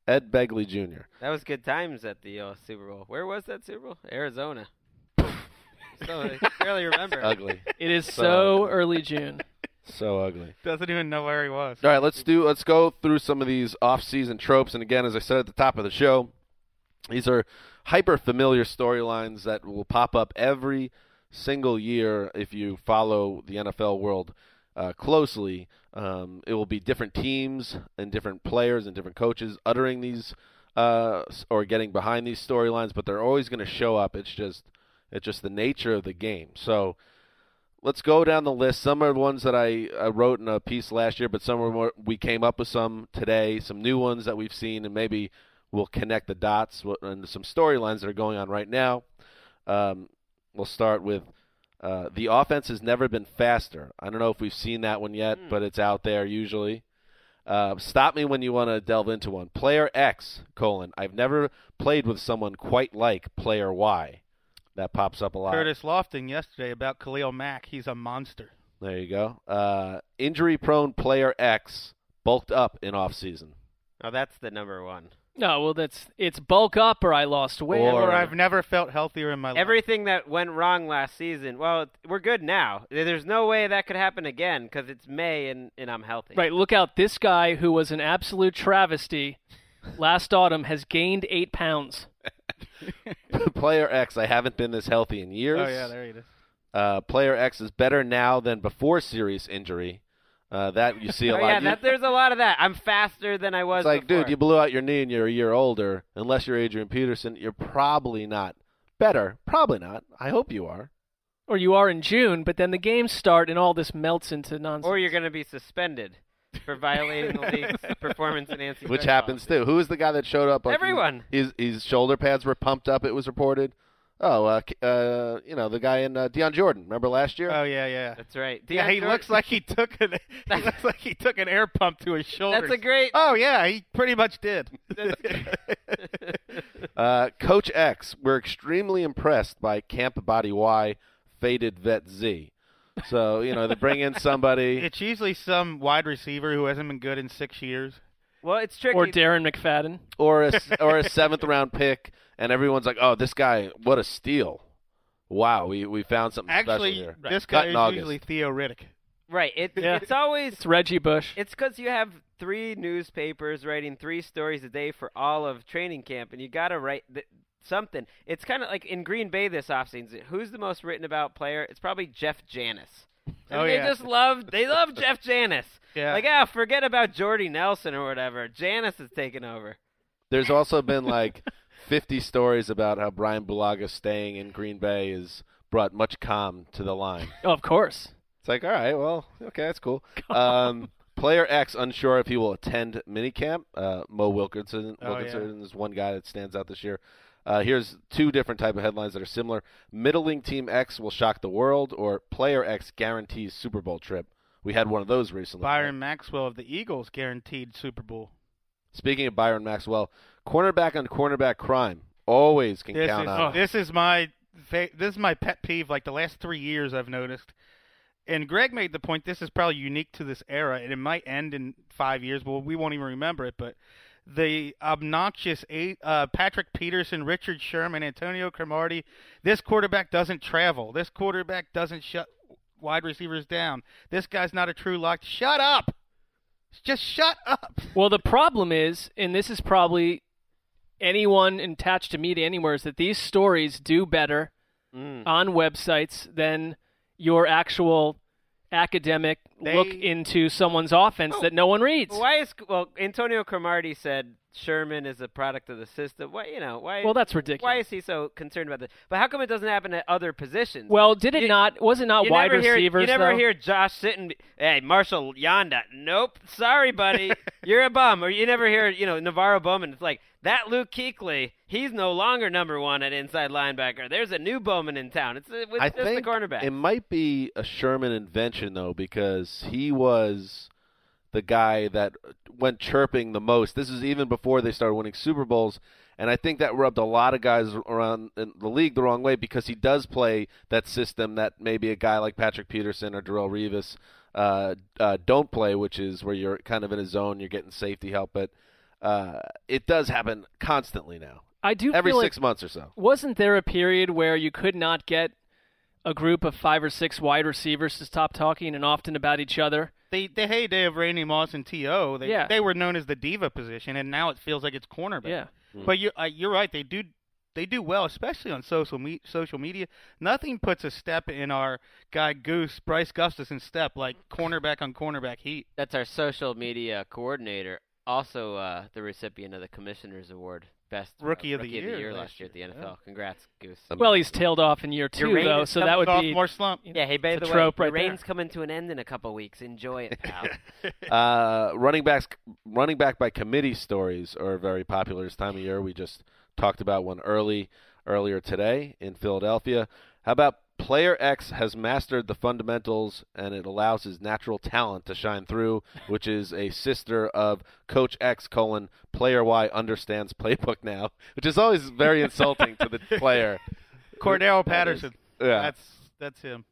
[SPEAKER 3] ed begley jr
[SPEAKER 6] That was good times at the uh, Super Bowl. Where was that Super Bowl? Arizona. [LAUGHS] so I barely remember.
[SPEAKER 3] ugly
[SPEAKER 5] It is
[SPEAKER 3] So-
[SPEAKER 5] so early June.
[SPEAKER 3] so ugly
[SPEAKER 4] Doesn't even know where he was.
[SPEAKER 3] All right, let's do let's go through some of these off-season tropes and again as I said at the top of the show, these are hyper familiar storylines that will pop up every single year if you follow the NFL world uh, closely. Um, it will be different teams and different players and different coaches uttering these uh, s- or getting behind these storylines, but they're always going to show up. It's just it's just the nature of the game. So let's go down the list. Some are the ones that I, I wrote in a piece last year, but some are more, we came up with some today, some new ones that we've seen, and maybe we'll connect the dots wh- and some storylines that are going on right now. Um, we'll start with uh, the offense has never been faster. I don't know if we've seen that one yet, but it's out there usually. Uh, stop me when you want to delve into one. Player X colon. I've never played with someone quite like Player Y. That pops up a lot.
[SPEAKER 4] Curtis Lofting yesterday about Khalil Mack. He's a monster.
[SPEAKER 3] There you go. Uh, injury prone player X bulked up in offseason. [LAUGHS]
[SPEAKER 6] Oh, that's the number one.
[SPEAKER 5] No, well, that's it's bulk up or I lost weight.
[SPEAKER 3] Or-
[SPEAKER 4] Or I've never felt healthier in my life.
[SPEAKER 6] Everything that went wrong last season. Well, we're good now. There's no way that could happen again because it's May and, and I'm healthy.
[SPEAKER 5] Right, look out. This guy who was an absolute travesty last autumn has gained eight pounds.
[SPEAKER 3] player X, I haven't been this healthy in years.
[SPEAKER 4] Oh yeah, there it is.
[SPEAKER 3] uh, player X is better now than before serious injury. Uh, that you see
[SPEAKER 6] [LAUGHS]
[SPEAKER 3] a
[SPEAKER 6] Oh,
[SPEAKER 3] lot.
[SPEAKER 6] yeah,
[SPEAKER 3] You-
[SPEAKER 6] that, there's a lot of that. I'm faster than I was.
[SPEAKER 3] it's like,
[SPEAKER 6] before.
[SPEAKER 3] dude, you blew out your knee and you're a year older. Unless you're Adrian Peterson, you're probably not better. Probably not. I hope you are.
[SPEAKER 5] Or you are in June, but then the games start and all this melts into nonsense.
[SPEAKER 6] or you're going to be suspended for violating the league's
[SPEAKER 3] [LAUGHS]
[SPEAKER 6] performance and anti.
[SPEAKER 3] Which happens too. Who is the guy that showed up? on-
[SPEAKER 6] Everyone.
[SPEAKER 3] His his shoulder pads were pumped up. It was reported. Oh, uh, K- uh, you know the guy in uh, Deion Jordan. Remember last year?
[SPEAKER 4] Oh yeah, yeah.
[SPEAKER 6] That's right.
[SPEAKER 4] yeah, he
[SPEAKER 6] Deion Jordan-
[SPEAKER 4] looks like he took an [LAUGHS] he looks like he took an air pump to his shoulder.
[SPEAKER 6] That's a great.
[SPEAKER 4] Oh yeah, he pretty much
[SPEAKER 6] [LAUGHS]
[SPEAKER 4] did.
[SPEAKER 3] Uh, Coach X, we're extremely impressed by Camp Body Y, faded vet Z. So you know they bring in
[SPEAKER 4] [LAUGHS]
[SPEAKER 3] somebody.
[SPEAKER 4] [LAUGHS] it's usually some wide receiver who hasn't been good in six years.
[SPEAKER 6] Well, it's tricky.
[SPEAKER 5] or Darren McFadden.
[SPEAKER 3] or a or a seventh round pick, and everyone's like, "Oh, this guy, what a steal! Wow, we, we found something
[SPEAKER 4] Actually,
[SPEAKER 3] special here."
[SPEAKER 4] this
[SPEAKER 3] Cut
[SPEAKER 4] guy
[SPEAKER 3] in
[SPEAKER 4] is
[SPEAKER 3] August.
[SPEAKER 4] usually Theo Riddick.
[SPEAKER 6] right. It,
[SPEAKER 5] Yeah.
[SPEAKER 6] It's always
[SPEAKER 5] It's Reggie Bush.
[SPEAKER 6] It's because you have three newspapers writing three stories a day for all of training camp, and you got to write th- something. It's kind of like in Green Bay this offseason. Who's the most written about player? It's probably Jeff Janis. And
[SPEAKER 4] Oh,
[SPEAKER 6] they
[SPEAKER 4] yeah.
[SPEAKER 6] just love they love Jeff
[SPEAKER 5] [LAUGHS]
[SPEAKER 6] Janis.
[SPEAKER 4] Yeah.
[SPEAKER 6] Like ah, forget about Jordy Nelson or whatever. Janis is taking over.
[SPEAKER 3] There's
[SPEAKER 4] [LAUGHS]
[SPEAKER 3] also been like 50 stories about how Brian Bulaga staying in Green Bay has brought much calm to the line.
[SPEAKER 5] Oh, of course.
[SPEAKER 3] It's like, all right, well, okay,
[SPEAKER 4] [LAUGHS]
[SPEAKER 3] that's cool. Um, player X unsure if he will attend minicamp. Uh, Mo Wilkinson,
[SPEAKER 4] Oh,
[SPEAKER 3] Wilkinson is one guy that stands out this year. Uh, here's two different type of headlines that are similar. Middling team X will shock the world, or player X guarantees Super Bowl trip. We had one of those recently.
[SPEAKER 4] Byron Maxwell of the Eagles guaranteed Super Bowl.
[SPEAKER 3] Speaking of Byron Maxwell, cornerback on cornerback crime always can
[SPEAKER 4] This
[SPEAKER 3] count
[SPEAKER 4] is,
[SPEAKER 3] on.
[SPEAKER 4] this is my fa- this is my pet peeve. Like the last three years, I've noticed. And Greg made the point. This is probably unique to this era, and it might end in five years. Well, we won't even remember it. But the obnoxious eight, uh, Patrick Peterson, Richard Sherman, Antonio Cromartie. This quarterback doesn't travel. This quarterback doesn't shut wide receivers down. This guy's not a true lock. Shut up. Just shut up. [LAUGHS]
[SPEAKER 5] Well, the problem is, and this is probably anyone attached to media anywhere, is that these stories do better
[SPEAKER 6] Mm.
[SPEAKER 5] on websites than your actual academic look
[SPEAKER 4] They-
[SPEAKER 5] into someone's offense that no one reads.
[SPEAKER 6] Oh, Why is well Antonio Cromartie said Sherman is a product of the system. Why you know why?
[SPEAKER 5] Well, that's
[SPEAKER 6] Why
[SPEAKER 5] ridiculous.
[SPEAKER 6] is he so concerned about this? But how come it doesn't happen at other positions?
[SPEAKER 5] Well, did it
[SPEAKER 6] You-
[SPEAKER 5] not? Was it not
[SPEAKER 6] you
[SPEAKER 5] wide
[SPEAKER 6] never hear,
[SPEAKER 5] receivers?
[SPEAKER 6] You never
[SPEAKER 5] though?
[SPEAKER 6] hear Josh sitting. Hey, Marshall Yonda. Nope. Sorry, buddy.
[SPEAKER 5] [LAUGHS]
[SPEAKER 6] You're a bum. Or you never hear, you know, Navarro Bowman. It's like that Luke Kuechly. He's no longer number one at inside linebacker. There's a new Bowman in town. It's, it's
[SPEAKER 3] I
[SPEAKER 6] just the
[SPEAKER 3] think
[SPEAKER 6] cornerback.
[SPEAKER 3] it might be a Sherman invention though, because he was the guy that went chirping the most. This is even before they started winning Super Bowls, and I think that rubbed a lot of guys around in the league the wrong way because he does play that system that maybe a guy like Patrick Peterson or Darrell Revis uh, uh, don't play, which is where you're kind of in a zone, you're getting safety help, but uh, it does happen constantly now,
[SPEAKER 5] I do
[SPEAKER 3] every
[SPEAKER 5] feel like
[SPEAKER 3] six months or so.
[SPEAKER 5] wasn't there a period where you could not get a group of five or six wide receivers to stop talking and often about each other?
[SPEAKER 4] the the heyday of Randy Moss and T.O. They
[SPEAKER 5] Yeah.
[SPEAKER 4] they were known as the diva position, and now it feels like it's cornerback.
[SPEAKER 5] Yeah.
[SPEAKER 4] But you uh, you're right. They do they do well, especially on social me- social media. Nothing puts a step in our guy Goose Bryce Gustafson's step like cornerback on cornerback heat.
[SPEAKER 6] That's our social media coordinator. Also, uh, the recipient of the Commissioner's Award, best uh,
[SPEAKER 4] Rookie of the Year
[SPEAKER 6] last year at the NFL. Congrats, Goose.
[SPEAKER 5] Well, he's tailed off in year two
[SPEAKER 6] reign
[SPEAKER 5] though,
[SPEAKER 6] is
[SPEAKER 5] so that would be
[SPEAKER 4] sophomore slump.
[SPEAKER 6] yeah. Hey, by
[SPEAKER 5] it's a
[SPEAKER 6] the
[SPEAKER 5] trope
[SPEAKER 6] way,
[SPEAKER 5] right
[SPEAKER 6] the
[SPEAKER 5] there.
[SPEAKER 6] rain's coming to an end in a couple weeks. Enjoy it, pal.
[SPEAKER 3] [LAUGHS] Uh, running backs, running back by committee stories are very popular this time of year. We just talked about one early earlier today in Philadelphia. How about player X has mastered the fundamentals and it allows his natural talent to shine through, which is a sister of coach X colon player Y understands playbook now, [LAUGHS] which is always very insulting
[SPEAKER 4] [LAUGHS]
[SPEAKER 3] to the player.
[SPEAKER 4] Cordell Patterson.
[SPEAKER 3] Yeah.
[SPEAKER 4] That's that's him.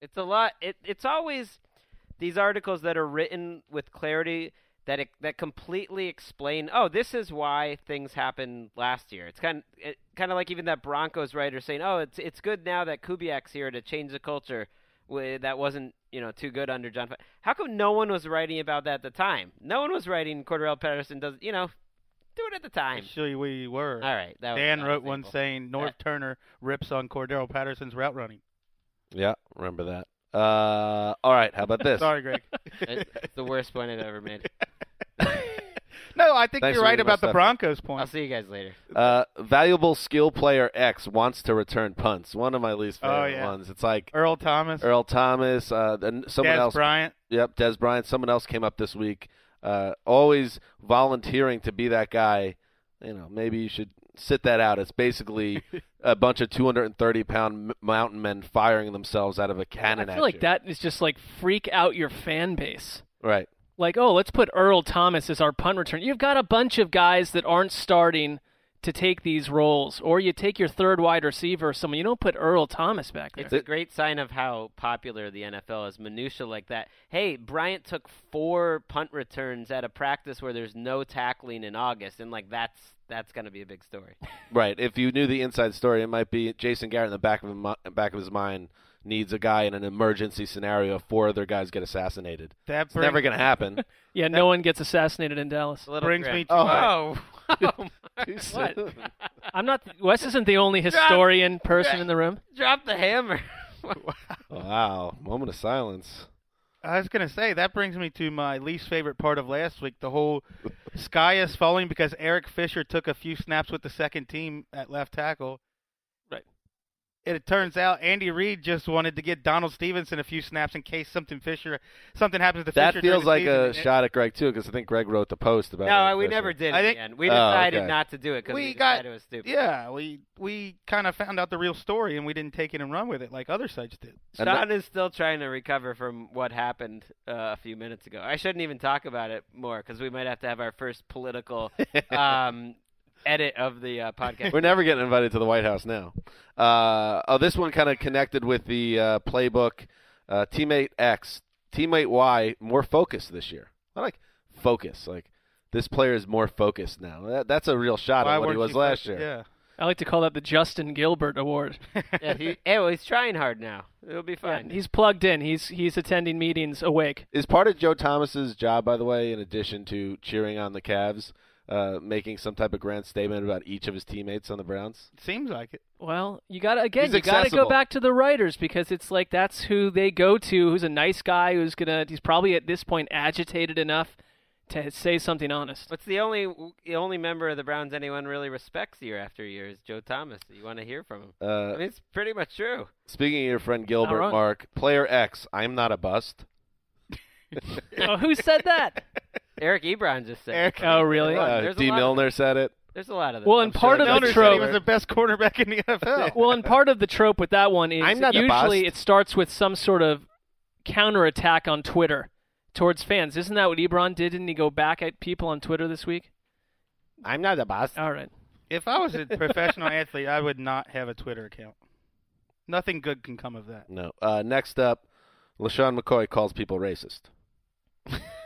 [SPEAKER 6] It's a lot. It, it's always these articles that are written with clarity that it, that completely explain. Oh, this is why things happened last year. It's kind it, kind of like even that Broncos writer saying, "Oh, it's it's good now that Kubiak's here to change the culture." wi- That wasn't, you know, too good under John. F- How come no one was writing about that at the time? No one was writing. Cordell Patterson does, you know, Do it at the time.
[SPEAKER 4] To show you where you were.
[SPEAKER 6] All right. That was-
[SPEAKER 4] Dan
[SPEAKER 6] that was
[SPEAKER 4] wrote one
[SPEAKER 6] simple.
[SPEAKER 4] saying North Turner rips on Cordero Patterson's route running.
[SPEAKER 3] Yeah, remember that. Uh, all right, how about this?
[SPEAKER 4] Sorry, Greg.
[SPEAKER 6] It's it's the worst point I've
[SPEAKER 4] [LAUGHS]
[SPEAKER 6] ever made.
[SPEAKER 4] no, I think you're
[SPEAKER 3] Thanks for
[SPEAKER 4] right
[SPEAKER 3] reading my
[SPEAKER 4] about the
[SPEAKER 3] stuff.
[SPEAKER 4] Broncos
[SPEAKER 6] I'll
[SPEAKER 4] point.
[SPEAKER 6] see you guys later.
[SPEAKER 3] Uh, valuable skill player X wants to return punts. One of my least favorite
[SPEAKER 4] Oh, yeah.
[SPEAKER 3] ones. It's like
[SPEAKER 4] Earl Thomas,
[SPEAKER 3] Earl Thomas, uh, and someone
[SPEAKER 4] Dez
[SPEAKER 3] else.
[SPEAKER 4] Bryant.
[SPEAKER 3] Yep, Des Bryant. Someone else came up this week. Uh, always volunteering to be that guy. You know, maybe you should sit that out.
[SPEAKER 4] [LAUGHS]
[SPEAKER 3] It's basically a bunch of 230 pound m- mountain men firing themselves out of a
[SPEAKER 5] I
[SPEAKER 3] cannon. at
[SPEAKER 5] feel like
[SPEAKER 3] you.
[SPEAKER 5] that is just like freak out your fan base.
[SPEAKER 3] Right.
[SPEAKER 5] Like, oh, let's put Earl Thomas as our punt return. You've got a bunch of guys that aren't starting to take these roles, or you take your third wide receiver or someone. You don't put Earl Thomas back there.
[SPEAKER 6] It's a great sign of how popular the NFL is. Minutia like that. Hey, Bryant took four punt returns at a practice where there's no tackling in August, and like that's that's gonna be a big story.
[SPEAKER 3] Right. If you knew the inside story, it might be Jason Garrett in the back of his, mi- back of his mind needs a guy in an emergency scenario. Four other guys get assassinated.
[SPEAKER 4] That
[SPEAKER 3] It's
[SPEAKER 4] brings,
[SPEAKER 3] never going to happen.
[SPEAKER 5] [LAUGHS] yeah, no one gets assassinated in Dallas.
[SPEAKER 6] It's a little
[SPEAKER 4] brings
[SPEAKER 6] grim.
[SPEAKER 4] me to
[SPEAKER 3] Oh,
[SPEAKER 4] my-
[SPEAKER 6] Oh,
[SPEAKER 3] [LAUGHS]
[SPEAKER 6] oh my-
[SPEAKER 3] Too
[SPEAKER 5] What?
[SPEAKER 3] soon.
[SPEAKER 5] I'm not. Wes isn't the only historian person in the room.
[SPEAKER 6] drop the hammer.
[SPEAKER 3] Wow. Moment of silence.
[SPEAKER 4] I was gonna say that brings me to my least favorite part of last week. The whole sky is falling because Eric Fisher took a few snaps with the second team at left tackle.
[SPEAKER 5] Right.
[SPEAKER 4] It turns out Andy Reid just wanted to get Donald Stevenson a few snaps in case something Fisher something happens to
[SPEAKER 3] That
[SPEAKER 4] Fisher. during
[SPEAKER 3] feels
[SPEAKER 4] the
[SPEAKER 3] like
[SPEAKER 4] season.
[SPEAKER 3] a
[SPEAKER 4] And-
[SPEAKER 3] shot at Greg, too, because I think Greg wrote the post about
[SPEAKER 6] no,
[SPEAKER 3] Eric
[SPEAKER 6] we
[SPEAKER 3] Fisher.
[SPEAKER 6] never did.
[SPEAKER 4] I
[SPEAKER 6] in the
[SPEAKER 4] think-
[SPEAKER 6] end. we
[SPEAKER 3] Oh,
[SPEAKER 6] decided
[SPEAKER 3] okay.
[SPEAKER 6] not to do it because
[SPEAKER 4] We
[SPEAKER 6] we,
[SPEAKER 4] got-
[SPEAKER 6] decided it was stupid.
[SPEAKER 4] Yeah, we we kind of found out the real story and we didn't take it and run with it like other sites did.
[SPEAKER 3] And that-
[SPEAKER 6] Sean is still trying to recover from what happened uh, a few minutes ago. I shouldn't even talk about it more because we might have to have our first
[SPEAKER 3] [LAUGHS]
[SPEAKER 6] political um, edit of the uh, podcast.
[SPEAKER 3] We're never getting invited to the White House now. Uh, oh, this one kind of connected with the uh, playbook. Uh, teammate X, teammate Y, more focused this year. I like focus. Like this player is more focused now. That, that's a real shot
[SPEAKER 4] Why
[SPEAKER 3] at what he
[SPEAKER 4] weren't
[SPEAKER 3] was
[SPEAKER 4] you
[SPEAKER 3] last
[SPEAKER 4] first?
[SPEAKER 3] year.
[SPEAKER 4] Yeah.
[SPEAKER 5] I like to call that the Justin Gilbert Award.
[SPEAKER 6] [LAUGHS] yeah, he, hey, well, he's trying hard now. It'll be fine.
[SPEAKER 5] He's plugged in. He's he's attending meetings awake.
[SPEAKER 3] Is part of Joe Thomas's job, by the way, in addition to cheering on the Cavs, uh, making some type of grand statement about each of his teammates on the Browns?
[SPEAKER 4] Seems like it.
[SPEAKER 3] [LAUGHS]
[SPEAKER 5] Well, you gotta again.
[SPEAKER 3] He's
[SPEAKER 5] you gotta
[SPEAKER 3] accessible.
[SPEAKER 5] go back to the writers because it's like that's who they go to. Who's a nice guy? Who's gonna? He's probably at this point agitated enough to say something honest.
[SPEAKER 6] What's the only the only member of the Browns anyone really respects year after year is Joe Thomas. You want to hear from him? I
[SPEAKER 3] Uh,
[SPEAKER 6] mean, it's pretty much true.
[SPEAKER 3] speaking of your friend Gilbert,
[SPEAKER 5] wrong.
[SPEAKER 3] Mark, player X, I'm not a bust.
[SPEAKER 5] oh, who said
[SPEAKER 6] [LAUGHS]
[SPEAKER 5] that?
[SPEAKER 6] Eric Ebron just said.
[SPEAKER 4] Eric-
[SPEAKER 6] it.
[SPEAKER 5] Oh, really?
[SPEAKER 6] There's a lot-
[SPEAKER 3] Uh,
[SPEAKER 6] there's a
[SPEAKER 3] D.
[SPEAKER 6] lot of-
[SPEAKER 3] Milner said it.
[SPEAKER 6] There's a lot of that.
[SPEAKER 5] Well, and part
[SPEAKER 3] sure
[SPEAKER 5] of
[SPEAKER 3] That's
[SPEAKER 4] Milner
[SPEAKER 5] the
[SPEAKER 3] Miller
[SPEAKER 4] said he was
[SPEAKER 5] trope.
[SPEAKER 4] the best cornerback in the
[SPEAKER 6] [LAUGHS]
[SPEAKER 5] [LAUGHS]
[SPEAKER 4] NFL.
[SPEAKER 5] Well, and part of the trope with that one is
[SPEAKER 3] I'm not
[SPEAKER 5] that
[SPEAKER 3] a bust.
[SPEAKER 5] usually it starts with some sort of counterattack on Twitter towards fans. Isn't that what Ebron did? Didn't he go back at people on Twitter this week?
[SPEAKER 3] I'm not a bust.
[SPEAKER 6] Oh.
[SPEAKER 5] All right.
[SPEAKER 4] If I was a professional athlete, I would not have a Twitter account. Nothing good can come of that.
[SPEAKER 3] No. Uh, next up, LaShawn McCoy calls people racist.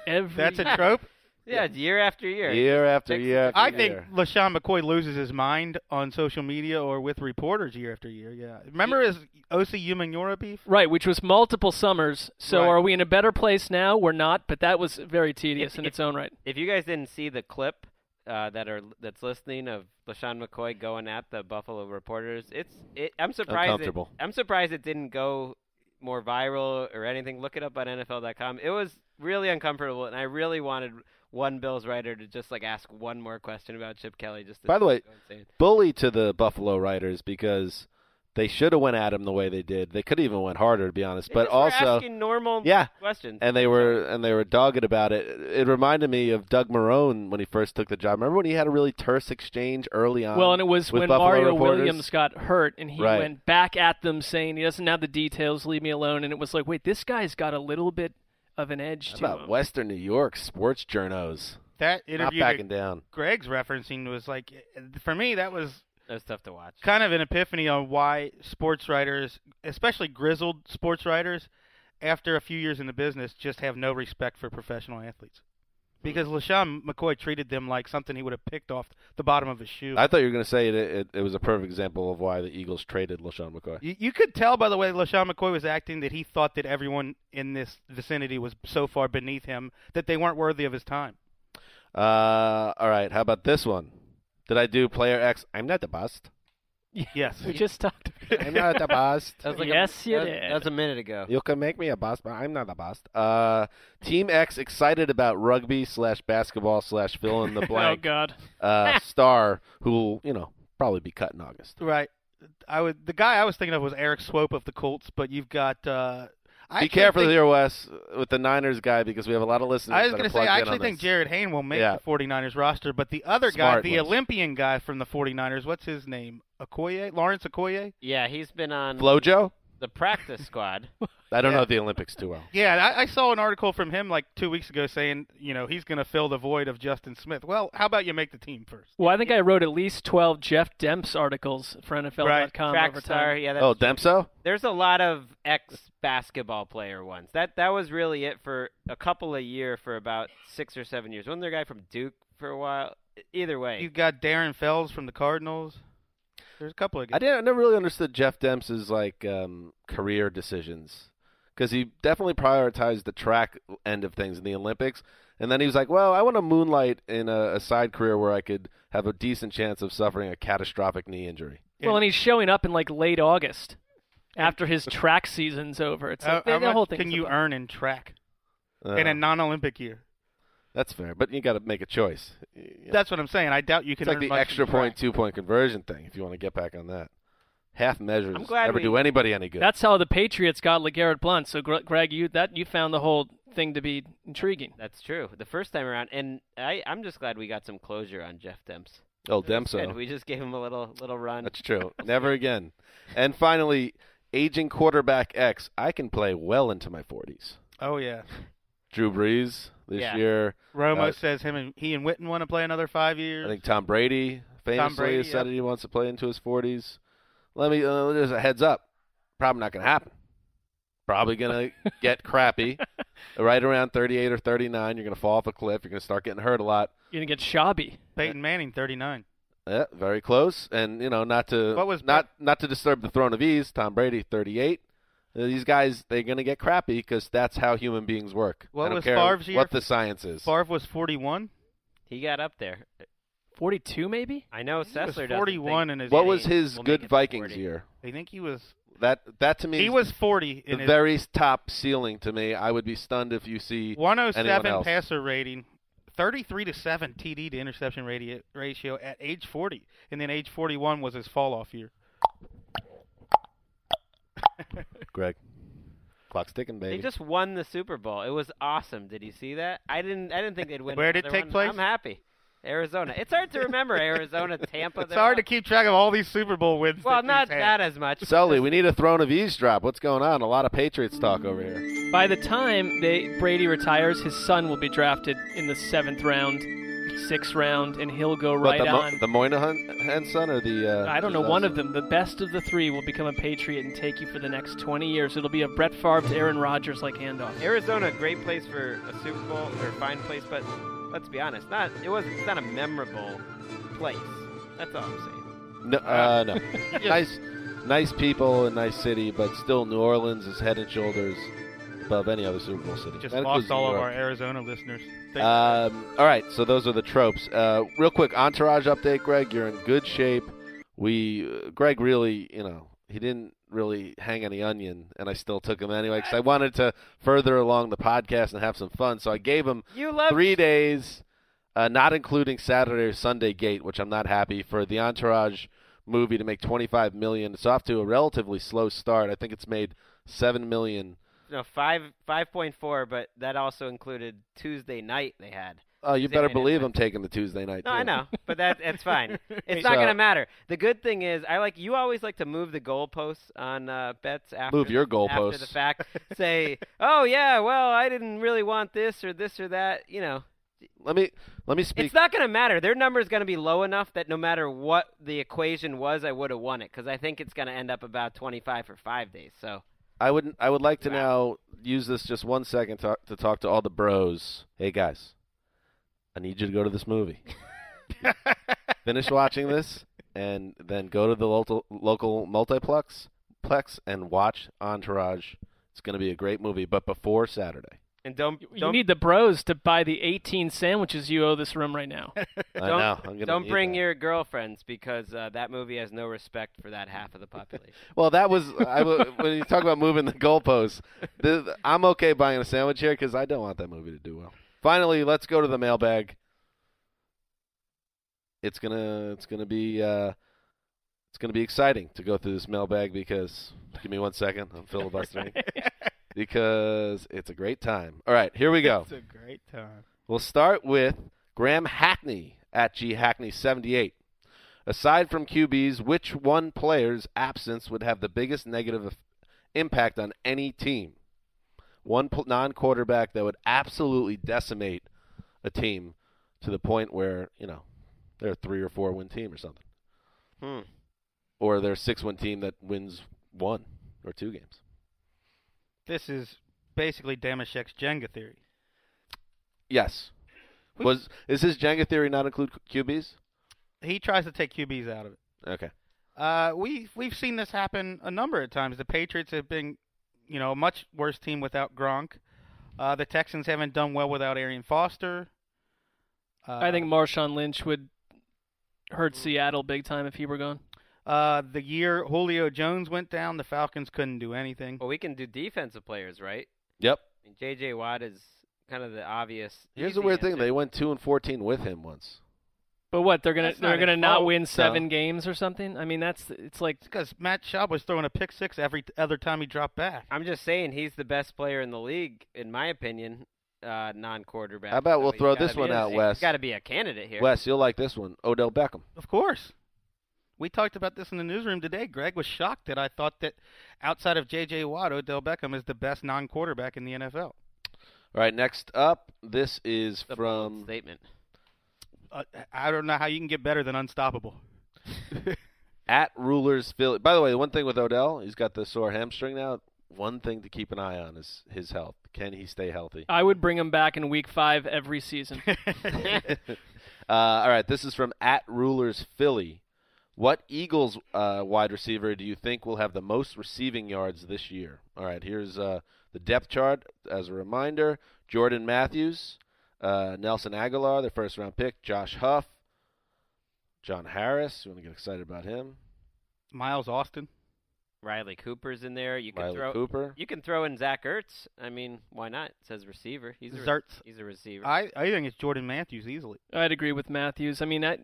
[SPEAKER 5] Every [LAUGHS]
[SPEAKER 4] That's a trope.
[SPEAKER 6] [LAUGHS] yeah, it's year after year.
[SPEAKER 3] Year after
[SPEAKER 6] Six-
[SPEAKER 3] year after
[SPEAKER 4] I
[SPEAKER 3] year.
[SPEAKER 4] think LaShawn McCoy loses his mind on social media or with reporters year after year. Yeah. Remember his OCU Manura beef?
[SPEAKER 5] Right, which was multiple summers. So
[SPEAKER 4] Right.
[SPEAKER 5] are we in a better place now? We're not, but that was very tedious
[SPEAKER 6] If-
[SPEAKER 5] in
[SPEAKER 6] if-
[SPEAKER 5] its own right.
[SPEAKER 6] If you guys didn't see the clip uh, that are that's listening of LaShawn McCoy going at the Buffalo reporters, it's it, I'm surprised. It,
[SPEAKER 3] Uncomfortable.
[SPEAKER 6] I'm surprised it didn't go more viral or anything. Look it up on NFL.com. It was really uncomfortable, and I really wanted one Bills writer to just like ask one more question about Chip Kelly. Just to
[SPEAKER 3] By the way,
[SPEAKER 6] go insane.
[SPEAKER 3] bully to the Buffalo Riders because they should have went at him the way they did. They could have even went harder, to be honest.
[SPEAKER 6] They
[SPEAKER 3] but
[SPEAKER 6] just were
[SPEAKER 3] also,
[SPEAKER 6] asking normal
[SPEAKER 3] Yeah.
[SPEAKER 6] questions.
[SPEAKER 3] and they were and they were dogged about it. It reminded me of Doug Marone when he first took the job. Remember when he had a really terse exchange early
[SPEAKER 6] Um,
[SPEAKER 3] on?
[SPEAKER 5] Well, and it was
[SPEAKER 3] with
[SPEAKER 5] when
[SPEAKER 3] Buffalo
[SPEAKER 5] Mario
[SPEAKER 3] reporters?
[SPEAKER 5] Williams got hurt and he
[SPEAKER 3] Right.
[SPEAKER 5] went back at them saying he doesn't have the details, leave me alone. And it was like, wait, this guy's got a little bit of an edge
[SPEAKER 3] How
[SPEAKER 5] to
[SPEAKER 3] about
[SPEAKER 5] him.
[SPEAKER 3] Western New York sports journos
[SPEAKER 4] That
[SPEAKER 3] not
[SPEAKER 4] interview
[SPEAKER 3] backing
[SPEAKER 4] that
[SPEAKER 3] down.
[SPEAKER 4] Greg's referencing was like, eh, for me, that was
[SPEAKER 6] that was tough to watch.
[SPEAKER 4] kind of an epiphany on why sports writers, especially grizzled sports writers, after a few years in the business, just have no respect for professional athletes. Because LaShawn McCoy treated them like something he would have picked off the bottom of his shoe.
[SPEAKER 3] I thought you were going to say it, it. It was a perfect example of why the Eagles traded LaShawn McCoy.
[SPEAKER 4] you, you could tell by the way LaShawn McCoy was acting that he thought that everyone in this vicinity was so far beneath him that they weren't worthy of his time.
[SPEAKER 3] Uh, all right. How about this one? Did I do player X? I'm not the bust. [LAUGHS]
[SPEAKER 4] Yes.
[SPEAKER 5] [LAUGHS] We just talked.
[SPEAKER 3] I'm not the bust.
[SPEAKER 6] [LAUGHS] That was
[SPEAKER 5] Yes,
[SPEAKER 6] a,
[SPEAKER 5] you
[SPEAKER 6] that-
[SPEAKER 5] did.
[SPEAKER 6] That was a minute ago.
[SPEAKER 3] You can make me a bust, but I'm not a bust. Uh, Team X excited about rugby slash basketball slash fill in
[SPEAKER 4] [LAUGHS]
[SPEAKER 5] [LAUGHS]
[SPEAKER 3] the
[SPEAKER 5] Oh
[SPEAKER 3] blank
[SPEAKER 5] God.
[SPEAKER 3] uh, star who will, you know, probably be cut in August.
[SPEAKER 4] Right. I would. The guy I was thinking of was Eric Swope of the Colts, but you've got. Uh, I
[SPEAKER 3] be
[SPEAKER 4] actually
[SPEAKER 3] careful
[SPEAKER 4] think-
[SPEAKER 3] here, Wes, with the Niners guy because we have a lot of listeners.
[SPEAKER 4] I was
[SPEAKER 3] that
[SPEAKER 4] going
[SPEAKER 3] are
[SPEAKER 4] to say,
[SPEAKER 3] plugged
[SPEAKER 4] I
[SPEAKER 3] in
[SPEAKER 4] actually
[SPEAKER 3] on
[SPEAKER 4] think
[SPEAKER 3] this.
[SPEAKER 4] Jared Hayne will make
[SPEAKER 3] Yeah.
[SPEAKER 4] the 49ers roster, but the other
[SPEAKER 3] Smart
[SPEAKER 4] guy, the
[SPEAKER 3] ones.
[SPEAKER 4] Olympian guy from the 49ers, what's his name? Okoye? Lawrence Okoye?
[SPEAKER 6] Yeah, he's been on
[SPEAKER 3] Flojo.
[SPEAKER 6] the practice squad.
[SPEAKER 3] I don't
[SPEAKER 4] Yeah.
[SPEAKER 3] know the Olympics too well.
[SPEAKER 4] Yeah, I, I saw an article from him like two weeks ago saying, you know, he's going to fill the void of Justin Smith. Well, how about you make the team first?
[SPEAKER 5] Well, I think I wrote at least twelve Jeff Demps articles for
[SPEAKER 4] Right.
[SPEAKER 5] NFL.com
[SPEAKER 6] Track
[SPEAKER 5] over
[SPEAKER 6] star.
[SPEAKER 5] time.
[SPEAKER 6] Yeah, that's
[SPEAKER 3] Oh, Dempso.
[SPEAKER 6] there's a lot of ex basketball player ones. That that was really it for a couple a year for about six or seven years. Wasn't there a guy from Duke for a while? Either way,
[SPEAKER 4] You've got Darren Fells from the Cardinals. There's a couple of
[SPEAKER 3] I
[SPEAKER 4] guys.
[SPEAKER 3] didn't. I never really understood Jeff Demps's like um, career decisions because he definitely prioritized the track end of things in the Olympics, and then he was like, "Well, I want to moonlight in a, a side career where I could have a decent chance of suffering a catastrophic knee injury."
[SPEAKER 5] Well, and he's showing up in like late August after his track season's over. It's
[SPEAKER 4] How-
[SPEAKER 5] like, the-
[SPEAKER 4] Uh, how
[SPEAKER 5] the
[SPEAKER 4] much
[SPEAKER 5] whole thing.
[SPEAKER 4] can you earn in track
[SPEAKER 3] Uh,
[SPEAKER 4] in a non-Olympic year?
[SPEAKER 3] that's fair, but you got to make a choice. Yeah.
[SPEAKER 4] That's what I'm saying. I doubt you can
[SPEAKER 3] it's like
[SPEAKER 4] earn
[SPEAKER 3] the
[SPEAKER 4] much in
[SPEAKER 3] extra point,
[SPEAKER 4] track.
[SPEAKER 3] two point conversion thing. If you want to get back on that, half measures
[SPEAKER 6] I'm glad
[SPEAKER 3] never
[SPEAKER 6] we-
[SPEAKER 3] do anybody any good.
[SPEAKER 5] That's how the Patriots got LeGarrette Blunt. So Gre- Greg, you that you found the whole thing to be intriguing.
[SPEAKER 6] that's true. The first time around, and I I'm just glad we got some closure on Jeff Demps.
[SPEAKER 3] oh,
[SPEAKER 6] And
[SPEAKER 3] Dempso.
[SPEAKER 6] we just gave him a little little run.
[SPEAKER 3] That's true. Never again. And finally, aging quarterback X. I can play well into my forties.
[SPEAKER 4] Oh yeah.
[SPEAKER 3] Drew Brees this
[SPEAKER 6] Yeah.
[SPEAKER 3] year.
[SPEAKER 4] Romo
[SPEAKER 3] Uh,
[SPEAKER 4] says him and he and Witten want to play another five years.
[SPEAKER 3] I think Tom Brady famously
[SPEAKER 4] Brady,
[SPEAKER 3] has said
[SPEAKER 4] yep.
[SPEAKER 3] that he wants to play into his forties. Let me. Uh, there's a heads up. Probably not going to happen.
[SPEAKER 4] [LAUGHS]
[SPEAKER 3] Probably going to get crappy. Right around 38 or 39, you're going to fall off a cliff. You're going to start getting hurt a lot.
[SPEAKER 5] You're gonna get shabby.
[SPEAKER 4] Peyton Manning, 39.
[SPEAKER 3] Yeah, very close. And you know, not to
[SPEAKER 4] What was-
[SPEAKER 3] not not to disturb the throne of ease. Tom Brady, 38. Uh, These guys, they're going to get crappy because that's how human beings work.
[SPEAKER 4] What
[SPEAKER 3] I don't
[SPEAKER 4] was
[SPEAKER 3] care
[SPEAKER 4] Favre's year?
[SPEAKER 3] what the science is.
[SPEAKER 4] Favre was 41.
[SPEAKER 6] He got up there.
[SPEAKER 5] Forty-two maybe.
[SPEAKER 6] I know
[SPEAKER 4] He was
[SPEAKER 6] Sessler
[SPEAKER 4] 41 in
[SPEAKER 6] doesn't
[SPEAKER 4] his.
[SPEAKER 3] what was
[SPEAKER 6] He
[SPEAKER 3] his
[SPEAKER 6] will make
[SPEAKER 3] good
[SPEAKER 6] it
[SPEAKER 3] Vikings
[SPEAKER 6] 40.
[SPEAKER 3] year?
[SPEAKER 4] I think he was.
[SPEAKER 3] That that to me
[SPEAKER 4] He
[SPEAKER 3] is
[SPEAKER 4] was 40
[SPEAKER 3] the
[SPEAKER 4] in his
[SPEAKER 3] very top ceiling to me. I would be stunned if you see. anyone
[SPEAKER 4] 107
[SPEAKER 3] else.
[SPEAKER 4] passer rating, 33 to 7 TD to interception radi- ratio at age 40, and then age 41 was his fall off year.
[SPEAKER 3] Greg, clock's ticking,
[SPEAKER 6] They
[SPEAKER 3] baby.
[SPEAKER 6] just won the Super Bowl. It was awesome. Did you see that? I didn't. I didn't think they'd win.
[SPEAKER 4] Where did it
[SPEAKER 6] another
[SPEAKER 4] take
[SPEAKER 6] one.
[SPEAKER 4] place?
[SPEAKER 6] I'm happy. Arizona. It's hard to
[SPEAKER 4] [LAUGHS]
[SPEAKER 6] remember Arizona, Tampa.
[SPEAKER 4] it's
[SPEAKER 6] they're
[SPEAKER 4] hard
[SPEAKER 6] all-
[SPEAKER 4] to keep track of all these Super Bowl wins.
[SPEAKER 6] Well,
[SPEAKER 4] that
[SPEAKER 6] not
[SPEAKER 4] he's had.
[SPEAKER 6] not as much.
[SPEAKER 3] Sully, we need a throne of ease drop. What's going on? A lot of Patriots talk over here.
[SPEAKER 5] By the time they Brady retires, his son will be drafted in the seventh round, sixth round, and he'll go right
[SPEAKER 3] but the,
[SPEAKER 5] on.
[SPEAKER 3] Mo- the Moynihan son or the uh,
[SPEAKER 5] I don't know.
[SPEAKER 3] his
[SPEAKER 5] One
[SPEAKER 3] other
[SPEAKER 5] of them, the best of the three, will become a Patriot and take you for the next 20 years. It'll be a Brett Favre to Aaron Rodgers like handoff.
[SPEAKER 6] Arizona, great place for a Super Bowl or fine place, but let's be honest, not it was it's not a memorable place. That's all I'm saying.
[SPEAKER 4] [LAUGHS]
[SPEAKER 3] son? No, uh, no. nice, nice people and nice city, but still New Orleans is head and shoulders above any other Super Bowl city.
[SPEAKER 4] Just
[SPEAKER 3] That
[SPEAKER 4] lost
[SPEAKER 3] includes
[SPEAKER 4] all
[SPEAKER 3] New
[SPEAKER 4] of
[SPEAKER 3] York.
[SPEAKER 4] our Arizona listeners. Thank-
[SPEAKER 6] Uh,
[SPEAKER 3] Um, all right, so those are the tropes. Uh, real quick, entourage update, Greg. You're in good shape. We, uh, Greg, really, you know, he didn't really hang any onion, and I still took him anyway because I wanted to further along the podcast and have some fun. So I gave him
[SPEAKER 6] You love
[SPEAKER 3] three days, uh, not including Saturday or Sunday gate, which I'm not happy for the entourage movie to make 25 million. It's off to a relatively slow start. I think it's made seven million.
[SPEAKER 6] no five five point four, but that also included Tuesday night they had.
[SPEAKER 3] Oh, you
[SPEAKER 6] They
[SPEAKER 3] better
[SPEAKER 6] made it,
[SPEAKER 3] believe
[SPEAKER 6] but-
[SPEAKER 3] I'm taking the Tuesday night.
[SPEAKER 6] No, I
[SPEAKER 5] [LAUGHS]
[SPEAKER 3] too.
[SPEAKER 6] know, but that that's fine. It's not
[SPEAKER 3] So-
[SPEAKER 6] gonna matter. The good thing is, I like you always like to move the goalposts on uh, bets after
[SPEAKER 3] Move your
[SPEAKER 6] after the
[SPEAKER 3] goalposts.
[SPEAKER 6] fact.
[SPEAKER 5] [LAUGHS]
[SPEAKER 6] Say, oh yeah, well I didn't really want this or this or that. You know,
[SPEAKER 3] Let me let me speak.
[SPEAKER 6] It's not going to matter. Their number is going to be low enough that no matter what the equation was, I would have won it because I think it's going to end up about 25 for five days. So
[SPEAKER 3] I would I would like to now use this just one second to, to talk to all the bros. Hey guys, I need you to go to
[SPEAKER 6] [LAUGHS]
[SPEAKER 3] this movie. Finish watching this, and then go to the local local multiplex plex and watch Entourage. It's going to be a great movie, but before Saturday.
[SPEAKER 6] And don't
[SPEAKER 5] You- You
[SPEAKER 6] don't
[SPEAKER 5] need the bros to buy the 18 sandwiches you owe this room right now.
[SPEAKER 3] I
[SPEAKER 6] don't,
[SPEAKER 3] know. I'm gonna
[SPEAKER 6] don't
[SPEAKER 3] need
[SPEAKER 6] bring
[SPEAKER 3] that.
[SPEAKER 6] your girlfriends because uh, that movie has no respect for that half of the [LAUGHS] population.
[SPEAKER 3] Well, that was I w when you talk about moving the goalposts. This, I'm okay buying a sandwich here because I don't want that movie to do well. Finally, let's go to the mailbag. It's gonna it's gonna be uh, it's gonna be exciting to go through this mailbag because give me one second. I'm filibustering because it's a great time. All right, here we go.
[SPEAKER 4] It's a great time.
[SPEAKER 3] We'll start with Graham Hackney at G Hackney 78. Aside from QBs, which one player's absence would have the biggest negative eff- impact on any team? One pl- non-quarterback that would absolutely decimate a team to the point where you know they're a three or four win team or something,
[SPEAKER 6] hmm.
[SPEAKER 3] or they're a six win team that wins one or two games.
[SPEAKER 4] This is basically Damashek's Jenga theory.
[SPEAKER 3] Yes,
[SPEAKER 4] We-
[SPEAKER 3] was is his Jenga theory not include Q- QBs?
[SPEAKER 4] He tries to take QBs out of it.
[SPEAKER 3] Okay,
[SPEAKER 4] Uh, we we've seen this happen a number of times. The Patriots have been, you know, a much worse team without Gronk. Uh, the Texans haven't done well without Arian Foster. Uh,
[SPEAKER 5] [LAUGHS] I think Marshawn Lynch would hurt
[SPEAKER 6] Mm.
[SPEAKER 5] Seattle big time if he were gone.
[SPEAKER 4] uh, the year Julio Jones went down, the Falcons couldn't do anything.
[SPEAKER 5] Oh.
[SPEAKER 6] Well, we can do defensive players, right?
[SPEAKER 3] yep.
[SPEAKER 6] I mean, J.J. Watt is kind of the obvious.
[SPEAKER 3] Here's
[SPEAKER 6] easy
[SPEAKER 3] the weird thing:
[SPEAKER 6] answer.
[SPEAKER 3] they went two and fourteen with him once.
[SPEAKER 5] But what they're gonna
[SPEAKER 4] That's not
[SPEAKER 5] they're gonna
[SPEAKER 4] his
[SPEAKER 5] not
[SPEAKER 4] fault.
[SPEAKER 5] win seven games or something? I mean, that's it's like
[SPEAKER 4] Because Matt Schaub was throwing a pick six every t- other time he dropped back.
[SPEAKER 6] I'm just saying he's the best player in the league, in my opinion, uh, non-quarterback.
[SPEAKER 3] How about we'll
[SPEAKER 6] he's
[SPEAKER 3] throw
[SPEAKER 6] gotta
[SPEAKER 3] this
[SPEAKER 6] be
[SPEAKER 3] one
[SPEAKER 6] a-
[SPEAKER 3] out, Wes?
[SPEAKER 6] He's got to be a candidate here.
[SPEAKER 3] Wes, you'll like this one. Odell Beckham.
[SPEAKER 4] Of course. We talked about this in the newsroom today. Greg was shocked that I thought that outside of J.J. Watt, Odell Beckham is the best non quarterback in the NFL.
[SPEAKER 3] All right, next up, this is
[SPEAKER 6] It's a bold
[SPEAKER 3] from
[SPEAKER 6] statement.
[SPEAKER 4] Uh, I don't know how you can get better than
[SPEAKER 5] [LAUGHS]
[SPEAKER 4] unstoppable.
[SPEAKER 3] at Rulers Philly. By the way, one thing with Odell, he's got the sore hamstring now. One thing to keep an eye on is his health. Can he stay healthy?
[SPEAKER 5] I would bring him back in week five
[SPEAKER 6] [LAUGHS]
[SPEAKER 5] every season.
[SPEAKER 3] [LAUGHS] Uh, all right, this is from at Rulers Philly. What Eagles uh, wide receiver do you think will have the most receiving yards this year? All right, here's uh, the depth chart as a reminder: Jordan Matthews, uh, Nelson Aguilar, their first round pick, Josh Huff, John Harris. You want to get excited about him?
[SPEAKER 4] Miles Austin.
[SPEAKER 6] Riley Cooper's in there. You can
[SPEAKER 3] Riley
[SPEAKER 6] throw.
[SPEAKER 3] Cooper.
[SPEAKER 6] You can throw in Zach Ertz. I mean, why not? It says receiver. He's a re-
[SPEAKER 4] Zertz.
[SPEAKER 6] He's a receiver.
[SPEAKER 4] I, I think it's Jordan Matthews easily.
[SPEAKER 5] I'd agree with Matthews. I mean, I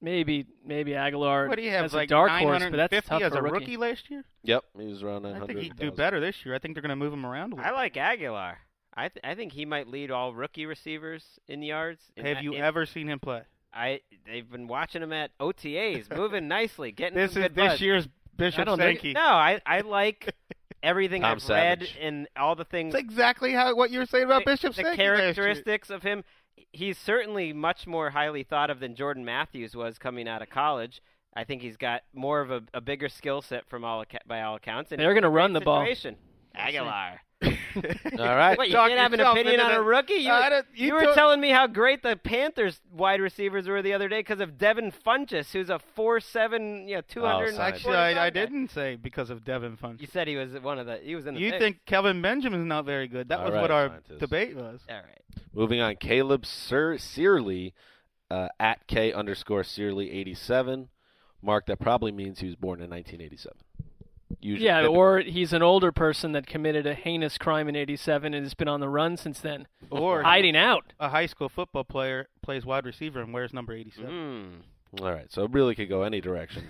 [SPEAKER 5] maybe maybe Aguilar
[SPEAKER 4] What do you have,
[SPEAKER 5] as
[SPEAKER 4] like
[SPEAKER 5] a dark horse, but that's
[SPEAKER 4] 950
[SPEAKER 5] tough
[SPEAKER 4] as
[SPEAKER 5] for
[SPEAKER 4] a rookie.
[SPEAKER 5] rookie.
[SPEAKER 4] last year?
[SPEAKER 3] Yep, he was around
[SPEAKER 4] I
[SPEAKER 3] 900.
[SPEAKER 4] think he could do better this year. I think they're going to move him around a
[SPEAKER 6] I
[SPEAKER 4] little.
[SPEAKER 6] like Aguilar. I th- I think he might lead all rookie receivers in yards. And
[SPEAKER 4] Have
[SPEAKER 6] I-
[SPEAKER 4] you
[SPEAKER 6] and
[SPEAKER 4] ever seen him play?
[SPEAKER 6] I they've been watching him at
[SPEAKER 4] [LAUGHS]
[SPEAKER 6] OTAs, moving nicely, getting
[SPEAKER 4] This
[SPEAKER 6] some
[SPEAKER 4] is
[SPEAKER 6] good
[SPEAKER 4] this
[SPEAKER 6] buzz.
[SPEAKER 4] year's Bishop
[SPEAKER 5] don't think-
[SPEAKER 4] Sankey.
[SPEAKER 6] No, I I like everything
[SPEAKER 3] Tom
[SPEAKER 6] I've
[SPEAKER 3] Savage.
[SPEAKER 6] read and all the things.
[SPEAKER 4] That's exactly how what you were saying about
[SPEAKER 6] the-
[SPEAKER 4] Bishop
[SPEAKER 6] the
[SPEAKER 4] Sankey. [LAUGHS]
[SPEAKER 6] characteristics of him. He's certainly much more highly thought of than Jordan Matthews was coming out of college. I think he's got more of a, a bigger skill set from all acca- by all accounts. And
[SPEAKER 5] They're
[SPEAKER 6] going to
[SPEAKER 5] gonna run the ball.
[SPEAKER 6] situation.
[SPEAKER 4] [LAUGHS]
[SPEAKER 6] Aguilar.
[SPEAKER 3] All right.
[SPEAKER 6] What, you
[SPEAKER 4] Talk
[SPEAKER 6] didn't have an
[SPEAKER 4] yourself
[SPEAKER 6] opinion
[SPEAKER 4] into
[SPEAKER 6] on a
[SPEAKER 4] the-
[SPEAKER 6] rookie? You,
[SPEAKER 4] I
[SPEAKER 6] were-
[SPEAKER 4] don't-
[SPEAKER 6] you
[SPEAKER 4] you
[SPEAKER 6] were
[SPEAKER 4] took-
[SPEAKER 6] telling me how great the Panthers wide receivers were the other day because of Devin Funchess, who's a four-seven, you know, two hundred.
[SPEAKER 3] Oh, sorry.
[SPEAKER 4] Actually, I, I didn't say because of Devin Funch.
[SPEAKER 6] You said he was one of the. He was in the.
[SPEAKER 4] You
[SPEAKER 6] mix.
[SPEAKER 4] think Kelvin Benjamin's not very good? That
[SPEAKER 3] All
[SPEAKER 4] was
[SPEAKER 3] right,
[SPEAKER 4] what our
[SPEAKER 3] scientist.
[SPEAKER 4] debate was.
[SPEAKER 6] All right.
[SPEAKER 3] Moving on, Caleb Sir Searly, uh, at K underscore Searly eighty seven. Mark, that probably means he was born in nineteen eighty seven.
[SPEAKER 5] Yeah, or he's an older person that committed a heinous crime in '87 and has been on the run since then,
[SPEAKER 4] Or
[SPEAKER 5] hiding out.
[SPEAKER 4] a high school football player plays wide receiver and wears number 87.
[SPEAKER 6] Mm.
[SPEAKER 3] Hmm. all right, so it really could go any direction.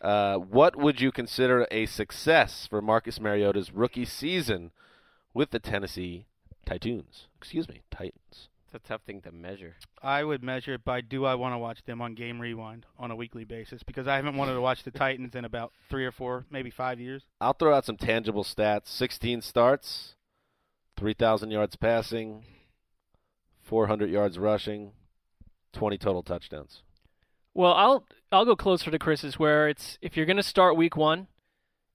[SPEAKER 3] Uh, what would you consider a success for Marcus Mariota's rookie season with the Tennessee Titans? Excuse me, Titans.
[SPEAKER 6] It's a tough thing to measure.
[SPEAKER 4] I would measure it by do I want to watch them on Game Rewind on a weekly basis because I haven't wanted to watch the Titans in about three or four, maybe five years.
[SPEAKER 3] I'll throw out some tangible stats 16 starts, 3,000 yards passing, 400 yards rushing, 20 total touchdowns.
[SPEAKER 5] Well, I'll I'll go closer to Chris's where it's if you're going to start week 1,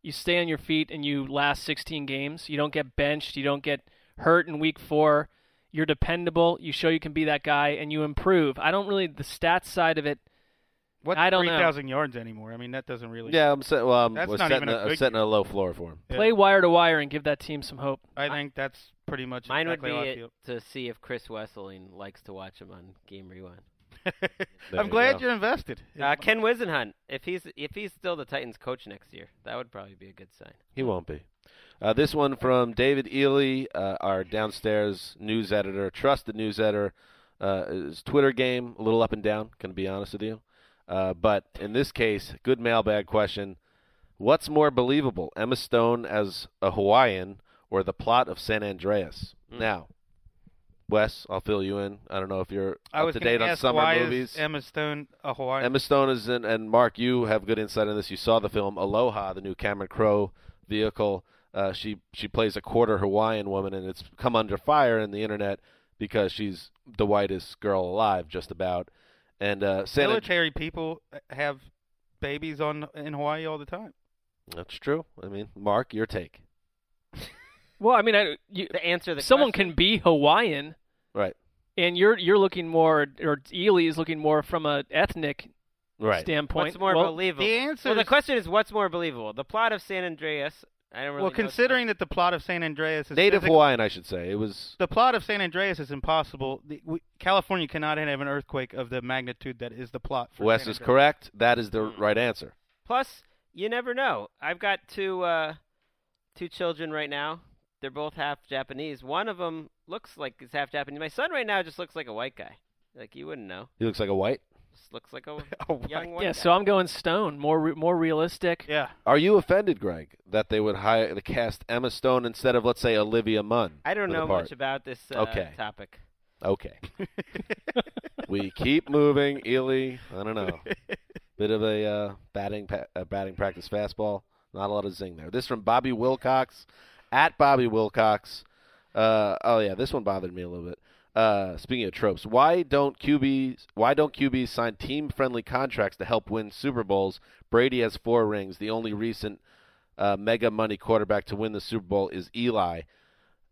[SPEAKER 5] you stay on your feet and you last 16 games. You don't get benched, you don't get hurt in week 4. You're dependable, you show you can be that guy and you improve. I don't really the stats side of it
[SPEAKER 4] What's
[SPEAKER 5] I don't know.
[SPEAKER 4] 3,000 yards anymore? I mean, that doesn't really.
[SPEAKER 3] Yeah, I'm set, well, I'm,
[SPEAKER 4] That's
[SPEAKER 3] was
[SPEAKER 4] not
[SPEAKER 3] setting,
[SPEAKER 4] even
[SPEAKER 3] a,
[SPEAKER 4] a
[SPEAKER 3] I'm
[SPEAKER 4] good
[SPEAKER 3] setting a low floor for him.
[SPEAKER 4] Yeah.
[SPEAKER 5] Play wire to wire and give that team some hope.
[SPEAKER 4] I think that's pretty much
[SPEAKER 6] Mine would be
[SPEAKER 4] exactly how I
[SPEAKER 6] it
[SPEAKER 4] feel.
[SPEAKER 6] to see if Chris Wesseling likes to watch him on Game Rewind.
[SPEAKER 3] There
[SPEAKER 4] I'm
[SPEAKER 3] you
[SPEAKER 4] glad
[SPEAKER 3] go.
[SPEAKER 4] you're invested.
[SPEAKER 6] Uh, Ken Wisenhunt, if he's if he's still the Titans coach next year, that would probably be a good sign.
[SPEAKER 3] He won't be. Uh, this one from David Ely, uh, our downstairs news editor, trusted news editor. Uh, his Twitter game a little up and down. Can be honest with you, uh, but in this case, good mailbag question: What's more believable, Emma Stone as a Hawaiian or the plot of San Andreas?
[SPEAKER 4] Hmm.
[SPEAKER 3] Now, Wes, I'll fill you in. I don't know if you're
[SPEAKER 4] I
[SPEAKER 3] up
[SPEAKER 4] was
[SPEAKER 3] to
[SPEAKER 4] gonna
[SPEAKER 3] date on
[SPEAKER 4] ask,
[SPEAKER 3] summer
[SPEAKER 4] why
[SPEAKER 3] movies.
[SPEAKER 4] Is Emma Stone, a Hawaiian.
[SPEAKER 3] Emma Stone is in, and Mark, you have good insight on this. You saw the film Aloha, the new Cameron Crowe vehicle. Uh, she she plays a quarter Hawaiian woman, and it's come under fire in the internet because she's the whitest girl alive, just about. And uh, San An-
[SPEAKER 4] Military people uh, have babies on in Hawaii all the time.
[SPEAKER 3] that's true. I mean, Mark, your take,
[SPEAKER 5] Well, I mean, I, you,
[SPEAKER 6] To answer the
[SPEAKER 5] someone
[SPEAKER 6] question,
[SPEAKER 5] can be Hawaiian,
[SPEAKER 3] right?
[SPEAKER 5] and you're you're looking more, or Ely is looking more from a ethnic
[SPEAKER 3] Right.
[SPEAKER 5] standpoint.
[SPEAKER 6] What's more
[SPEAKER 5] Well,
[SPEAKER 6] believable?
[SPEAKER 4] the answer
[SPEAKER 6] Well, the
[SPEAKER 4] is-
[SPEAKER 6] question is, what's more believable? The plot of San Andreas. I don't really.
[SPEAKER 4] well,
[SPEAKER 6] know-
[SPEAKER 4] considering that the plot of San Andreas is
[SPEAKER 3] Native
[SPEAKER 4] physic-
[SPEAKER 3] Hawaiian, I should say. It was
[SPEAKER 4] the plot of San Andreas is impossible. The, we, California cannot have an earthquake of the magnitude that is the plot. For
[SPEAKER 3] Wes
[SPEAKER 4] San
[SPEAKER 3] is
[SPEAKER 4] Andreas.
[SPEAKER 3] correct. That is the
[SPEAKER 6] Mm.
[SPEAKER 3] right answer.
[SPEAKER 6] Plus, you never know. I've got two uh, two children right now. They're both half Japanese. One of them looks like he's half Japanese. My son right now just looks like a white guy. Like you wouldn't know.
[SPEAKER 3] He looks like a white.
[SPEAKER 6] Just looks like
[SPEAKER 3] [LAUGHS]
[SPEAKER 6] a,
[SPEAKER 4] A
[SPEAKER 3] Oh,
[SPEAKER 4] white
[SPEAKER 6] young white
[SPEAKER 5] yeah,
[SPEAKER 6] guy.
[SPEAKER 5] so I'm going Stone, more re- more realistic.
[SPEAKER 3] [LAUGHS]
[SPEAKER 4] Yeah,
[SPEAKER 3] Are you offended, Greg, that they would hire the cast Emma Stone instead of let's say Olivia Munn?
[SPEAKER 6] I don't
[SPEAKER 3] for the
[SPEAKER 6] know
[SPEAKER 3] part?
[SPEAKER 6] much about this uh,
[SPEAKER 3] Okay.
[SPEAKER 6] topic.
[SPEAKER 3] Okay. we keep moving. Ely, I don't know. Bit of a uh, batting pa- uh, batting practice fastball. Not a lot of zing there. This from Bobby Wilcox at Bobby Wilcox. Uh, oh yeah, this one bothered me a little bit. Uh, speaking of tropes, why don't QBs why don't QBs sign team friendly contracts to help win Super Bowls? Brady has four rings. The only recent uh, mega money quarterback to win the Super Bowl is Eli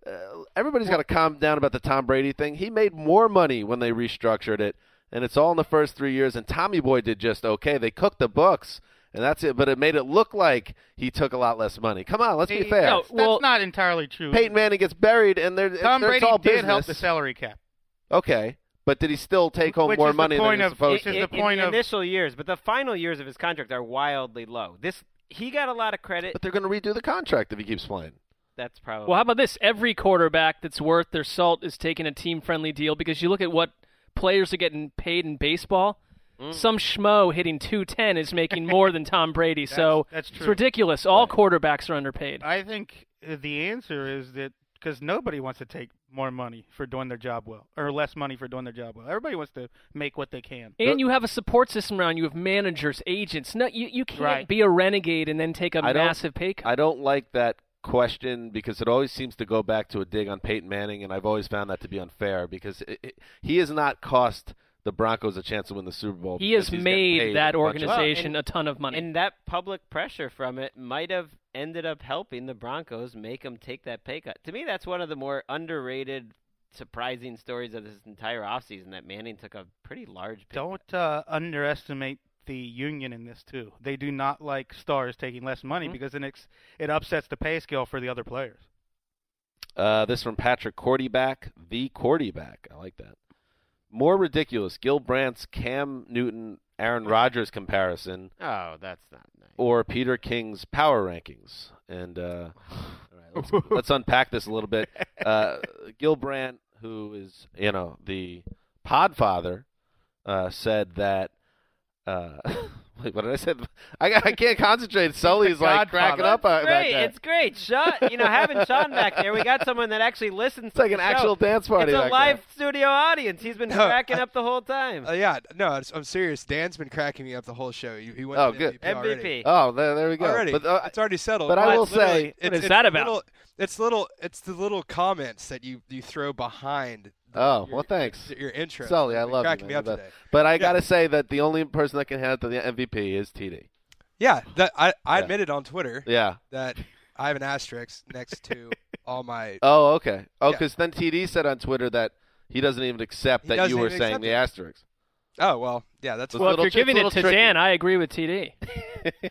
[SPEAKER 3] Uh, everybody's got to calm down about the Tom Brady thing. He made more money when they restructured it, and it's all in the first three years. And Tommy Boy did just okay. They cooked the books, and that's it. But it made it look like he took a lot less money. Come on, let's be
[SPEAKER 4] Hey,
[SPEAKER 3] fair.
[SPEAKER 5] no,
[SPEAKER 4] that's
[SPEAKER 5] Well-
[SPEAKER 4] not entirely true.
[SPEAKER 3] Peyton Manning gets buried, and they're
[SPEAKER 4] Tom
[SPEAKER 3] they're- it's
[SPEAKER 4] Brady
[SPEAKER 3] all
[SPEAKER 4] did
[SPEAKER 3] business.
[SPEAKER 4] help the salary cap.
[SPEAKER 3] Okay, but did he still take home
[SPEAKER 4] Which
[SPEAKER 3] more
[SPEAKER 4] is the
[SPEAKER 3] money than
[SPEAKER 4] point
[SPEAKER 3] he was
[SPEAKER 4] of-
[SPEAKER 3] supposed
[SPEAKER 4] Which is
[SPEAKER 6] in,
[SPEAKER 3] to?
[SPEAKER 4] the point
[SPEAKER 6] in the
[SPEAKER 4] of-
[SPEAKER 6] initial years, but the final years of his contract are wildly low. This he got a lot of credit.
[SPEAKER 3] But they're going to redo the contract if he keeps playing.
[SPEAKER 6] That's probably
[SPEAKER 5] Well, how about this? Every quarterback that's worth their salt is taking a team friendly deal because you look at what players are getting paid in baseball. Some schmo hitting 210 is making more than Tom Brady. so
[SPEAKER 4] That's- that's
[SPEAKER 5] it's
[SPEAKER 4] true.
[SPEAKER 5] ridiculous. All quarterbacks are underpaid.
[SPEAKER 4] I think uh, the answer is that because nobody wants to take more money for doing their job well, or less money for doing their job well. Everybody wants to make what they can.
[SPEAKER 5] and you have a support system around you have managers, agents. No, you, you can't
[SPEAKER 4] Right.
[SPEAKER 5] be a renegade and then take a
[SPEAKER 3] I don't-
[SPEAKER 5] massive pay cut.
[SPEAKER 3] I don't like that question because it always seems to go back to a dig on Peyton Manning, and I've always found that to be unfair because it, it, he has not cost the Broncos a chance to win the Super Bowl.
[SPEAKER 5] he
[SPEAKER 3] because
[SPEAKER 5] has
[SPEAKER 3] he's getting
[SPEAKER 5] made
[SPEAKER 3] paid
[SPEAKER 5] that
[SPEAKER 3] a bunch of-
[SPEAKER 6] Well,
[SPEAKER 5] organization
[SPEAKER 6] and-
[SPEAKER 5] a ton of money.
[SPEAKER 6] And that public pressure from it might have ended up helping the Broncos make them take that pay cut. To me, that's one of the more underrated, surprising stories of this entire offseason that Manning took a pretty large pay
[SPEAKER 4] Don't uh, underestimate the union in this too. They do not like stars taking less
[SPEAKER 6] Hmm?
[SPEAKER 4] money because then it's, it upsets the pay scale for the other players.
[SPEAKER 3] Uh, this from Patrick Quarterback, the quarterback. I like that. More ridiculous, Gil Brandt's Cam Newton, Aaron Rodgers comparison,
[SPEAKER 6] cut. Oh, that's not nice.
[SPEAKER 3] or Peter King's power rankings. And uh, all
[SPEAKER 4] [LAUGHS]
[SPEAKER 3] right, let's, let's unpack this a little bit. [LAUGHS] Uh, Gilbrandt, who is you know the Podfather, uh, said that. Uh, [LAUGHS] wait, what did I say? I, I can't concentrate. Sully is like cracking up uh, about
[SPEAKER 6] great.
[SPEAKER 3] that.
[SPEAKER 6] It's great. Sean, you know, having Sean back there, we got someone that actually listens
[SPEAKER 3] It's like
[SPEAKER 6] to
[SPEAKER 3] an
[SPEAKER 6] the
[SPEAKER 3] actual
[SPEAKER 6] show.
[SPEAKER 3] dance party
[SPEAKER 6] It's a
[SPEAKER 3] back
[SPEAKER 6] live
[SPEAKER 3] there.
[SPEAKER 6] studio audience. He's
[SPEAKER 3] [LAUGHS]
[SPEAKER 6] been
[SPEAKER 7] No,
[SPEAKER 6] cracking
[SPEAKER 7] I-
[SPEAKER 6] up the whole time.
[SPEAKER 7] Uh, yeah, no, it's, I'm serious. Dan's been cracking me up the whole show. He, he went
[SPEAKER 3] Oh,
[SPEAKER 7] to
[SPEAKER 3] good.
[SPEAKER 7] MVP already.
[SPEAKER 6] MVP.
[SPEAKER 3] Oh, there, there we go.
[SPEAKER 7] Already,
[SPEAKER 3] But uh,
[SPEAKER 7] it's already settled.
[SPEAKER 3] but I
[SPEAKER 7] It's
[SPEAKER 3] will
[SPEAKER 7] literally-
[SPEAKER 3] say-
[SPEAKER 7] it's,
[SPEAKER 5] What is
[SPEAKER 7] it's
[SPEAKER 5] that about?
[SPEAKER 7] Little, it's little. It's the little comments that you you throw behind. The,
[SPEAKER 3] Oh,
[SPEAKER 7] your,
[SPEAKER 3] well, thanks.
[SPEAKER 7] Your, your intro.
[SPEAKER 3] Sully, I love you,
[SPEAKER 7] cracking
[SPEAKER 3] man.
[SPEAKER 7] me up
[SPEAKER 3] But-
[SPEAKER 7] today.
[SPEAKER 3] But I gotta say that the only person that can hand out the MVP is TD.
[SPEAKER 7] Yeah, that, I I
[SPEAKER 3] Yeah.
[SPEAKER 7] admitted on Twitter
[SPEAKER 3] [LAUGHS] Yeah.
[SPEAKER 7] that I have an asterisk next
[SPEAKER 3] [LAUGHS]
[SPEAKER 7] to all my.
[SPEAKER 3] Oh, okay. Oh,
[SPEAKER 7] Yeah.
[SPEAKER 3] because then TD said on Twitter that he doesn't even accept
[SPEAKER 7] He
[SPEAKER 3] that
[SPEAKER 7] doesn't
[SPEAKER 3] you were
[SPEAKER 7] even
[SPEAKER 3] saying
[SPEAKER 7] accept
[SPEAKER 3] the
[SPEAKER 7] it.
[SPEAKER 3] asterisk.
[SPEAKER 7] Oh well, yeah, that's
[SPEAKER 5] well, if
[SPEAKER 3] little
[SPEAKER 5] you're
[SPEAKER 3] tri-
[SPEAKER 5] giving it
[SPEAKER 3] little
[SPEAKER 5] to
[SPEAKER 3] tricky.
[SPEAKER 5] Dan, I agree with
[SPEAKER 3] [LAUGHS]
[SPEAKER 5] TD.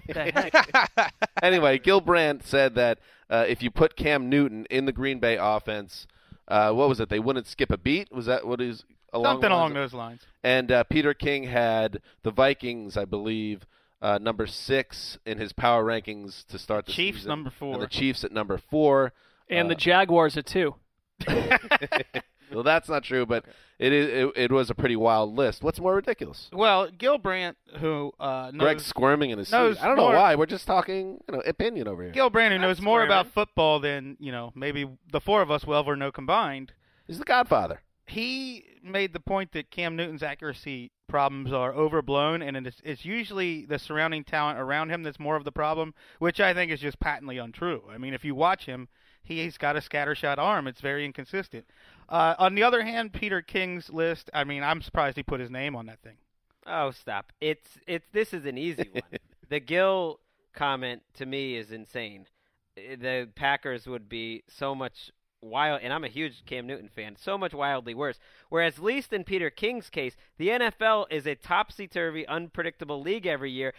[SPEAKER 5] The heck?
[SPEAKER 7] [LAUGHS]
[SPEAKER 3] anyway, Gilbrand said that uh, if you put Cam Newton in the Green Bay offense, uh, what was it? They wouldn't skip a beat. Was that what is along
[SPEAKER 4] Something
[SPEAKER 3] the lines
[SPEAKER 4] along
[SPEAKER 3] of-
[SPEAKER 4] those lines.
[SPEAKER 3] And uh, Peter King had the Vikings, I believe, uh, number six in his power rankings to start the
[SPEAKER 4] Chiefs
[SPEAKER 3] season,
[SPEAKER 4] number four.
[SPEAKER 3] and the Chiefs at number four. Uh,
[SPEAKER 5] and the Jaguars at two.
[SPEAKER 3] [LAUGHS] Well, that's not true, but it is. It, it was a pretty wild list. What's more ridiculous?
[SPEAKER 4] [LAUGHS] Well, Gilbrandt, who uh, knows
[SPEAKER 3] Greg's squirming in his seat.
[SPEAKER 4] knows
[SPEAKER 3] I don't know
[SPEAKER 4] more-
[SPEAKER 3] why. We're just talking, you know, opinion over here.
[SPEAKER 4] Gilbrand, who knows
[SPEAKER 5] That's
[SPEAKER 4] more
[SPEAKER 5] fair,
[SPEAKER 4] about
[SPEAKER 5] man.
[SPEAKER 4] football than you know, maybe the four of us, well or no combined.
[SPEAKER 3] He's the Godfather.
[SPEAKER 4] he made the point that Cam Newton's accuracy problems are overblown, and it's it's usually the surrounding talent around him that's more of the problem, which I think is just patently untrue. I mean, if you watch him, he's got a scattershot arm; it's very inconsistent. Uh, on the other hand, Peter King's list. I mean, I'm surprised he put his name on that thing.
[SPEAKER 6] Oh, stop! It's it's this is an easy one. the Gill comment to me is insane. Uh, The Packers would be so much wild, and I'm a huge Cam Newton fan. So much wildly worse. Whereas, at least in Peter King's case, the NFL is a topsy turvy, unpredictable league every year.